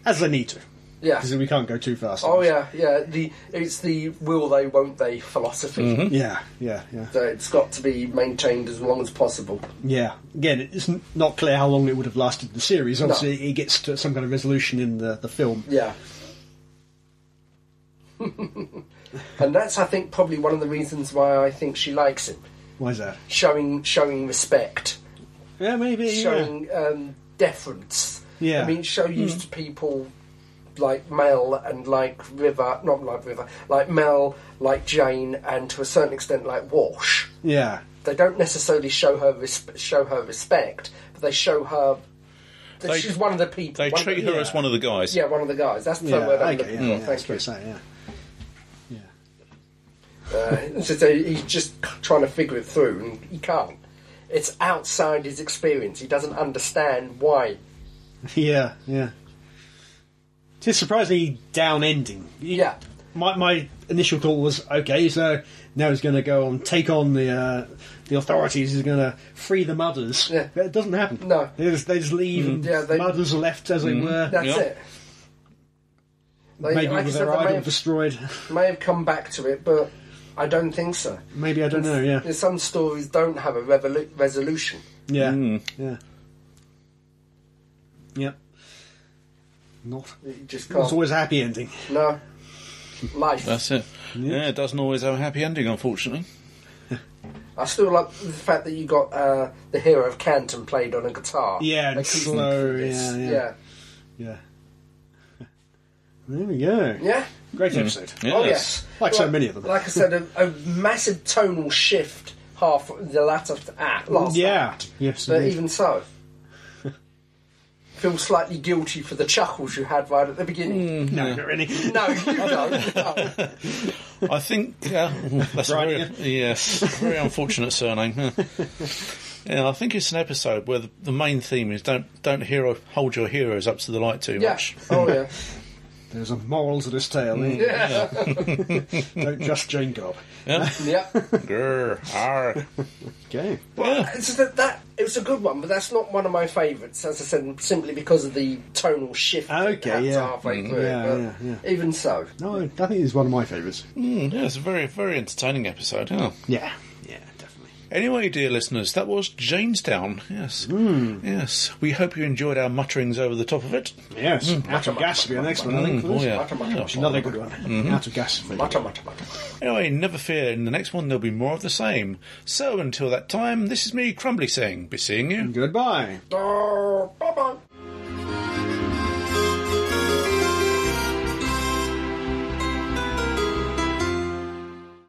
Speaker 2: as they need to,
Speaker 3: Yeah.
Speaker 2: because we can't go too fast.
Speaker 3: Oh yeah, yeah. The it's the will they, won't they philosophy.
Speaker 2: Yeah, yeah, yeah,
Speaker 3: So it's got to be maintained as long as possible.
Speaker 2: yeah. Again, it's n- not clear how long it would have lasted the series. Obviously, it gets to some kind of resolution in the, the film.
Speaker 3: Yeah. and that's, I think, probably one of the reasons why I think she likes him.
Speaker 2: Why is that?
Speaker 3: Showing, showing respect,
Speaker 2: Yeah, maybe. yeah.
Speaker 3: showing um, deference.
Speaker 2: Yeah. Mm-hmm.
Speaker 3: I mean, show used to people like Mel and like River, not like River, like Mel, like Jane, and to a certain extent like Walsh.
Speaker 2: yeah.
Speaker 3: They don't necessarily show her res- show her respect, but they show her that
Speaker 1: They-
Speaker 3: she's one of the people.
Speaker 1: They
Speaker 3: one of
Speaker 1: treat
Speaker 3: the-
Speaker 1: her as one of the guys.
Speaker 3: Yeah, one of the guys. That's the
Speaker 2: Yeah,
Speaker 3: word I'm
Speaker 2: okay,
Speaker 3: looking
Speaker 2: yeah,
Speaker 3: for.
Speaker 2: yeah, that's
Speaker 3: Thank
Speaker 2: what
Speaker 3: you.
Speaker 2: I'm saying, yeah.
Speaker 3: Uh, so, so he's just trying to figure it through, and he can't. It's outside his experience. He doesn't understand why.
Speaker 2: Yeah, yeah. It's a surprisingly down ending. You-
Speaker 3: Yeah,
Speaker 2: My, my initial thought was okay, so now he's going to go and take on the uh, the authorities. He's going to free the mudders.
Speaker 3: Yeah.
Speaker 2: But it doesn't happen.
Speaker 3: No. Mm.
Speaker 2: they just, they just leave, and
Speaker 3: Yeah, they-
Speaker 2: the mudders are left as they were.
Speaker 3: that's
Speaker 1: Yeah.
Speaker 3: it. They,
Speaker 2: Maybe
Speaker 3: like I
Speaker 2: with
Speaker 3: said,
Speaker 2: their
Speaker 3: they may
Speaker 2: idol
Speaker 3: have,
Speaker 2: destroyed.
Speaker 3: may have come back to it, but I don't think so.
Speaker 2: Maybe I don't know. Yeah,
Speaker 3: There's Some stories don't have a revolu- resolution.
Speaker 2: yeah, yeah, yep. Not.
Speaker 3: You just
Speaker 2: It's
Speaker 3: can't.
Speaker 2: always a happy ending.
Speaker 3: No. Life.
Speaker 1: That's it. Yeah, it doesn't always have a happy ending, unfortunately.
Speaker 3: I still like the fact that you got uh, the hero of Canton played on a guitar.
Speaker 2: Yeah,
Speaker 3: They
Speaker 2: and
Speaker 3: keep-
Speaker 2: slow.
Speaker 3: it's-
Speaker 2: Yeah, yeah, yeah. There we go.
Speaker 3: yeah. Yeah?
Speaker 2: Great episode.
Speaker 3: Oh
Speaker 1: Yes.
Speaker 3: yes,
Speaker 2: Like so many of them.
Speaker 3: Like I said, a, a massive tonal shift half the latter act, last
Speaker 2: Yeah.
Speaker 3: act.
Speaker 2: Yes.
Speaker 3: But
Speaker 2: indeed.
Speaker 3: even so, feel slightly guilty for the chuckles you had right at the beginning.
Speaker 2: no, not really.
Speaker 3: No, you don't. No.
Speaker 1: I think uh, that's a
Speaker 2: Right,
Speaker 1: very, yes, very unfortunate surname. huh. Yeah, I think it's an episode where the, the main theme is don't don't hero hold your heroes up to the light too
Speaker 3: Yeah.
Speaker 1: much.
Speaker 3: Oh yeah.
Speaker 2: There's a moral to this tale.
Speaker 3: Yeah.
Speaker 2: Don't trust Jane Gob.
Speaker 1: Yeah.
Speaker 3: yeah.
Speaker 1: Grr, arr.
Speaker 2: Okay.
Speaker 3: Well, it's just that, that it was a good one, but that's not one of my favourites. As I said, simply because of the tonal shift. that
Speaker 2: Okay,
Speaker 3: happens
Speaker 2: yeah.
Speaker 3: halfway
Speaker 2: Mm,
Speaker 3: through.
Speaker 2: yeah,
Speaker 3: but
Speaker 2: yeah, yeah.
Speaker 3: Even so,
Speaker 2: No, I think it's one of my favourites.
Speaker 1: Mm, yeah, it's a very, very entertaining episode. Yeah.
Speaker 2: Yeah. Yeah, definitely.
Speaker 1: Anyway, dear listeners, that was Janestown. Yes.
Speaker 3: Hmm.
Speaker 1: Yes. We hope you enjoyed our mutterings over the top of it.
Speaker 2: Yes. out of gas would be the next one, I think. for
Speaker 1: Oh,
Speaker 2: this.
Speaker 1: yeah.
Speaker 3: Mutter, mutter,
Speaker 1: Yeah.
Speaker 3: mutter.
Speaker 2: Another good one. Out of gas.
Speaker 3: mutter, mutter, mutter.
Speaker 1: Anyway, never fear, in the next one there'll be more of the same. So until that time, this is me, Crumbly, saying, be seeing you.
Speaker 2: Goodbye.
Speaker 3: Oh, bye bye.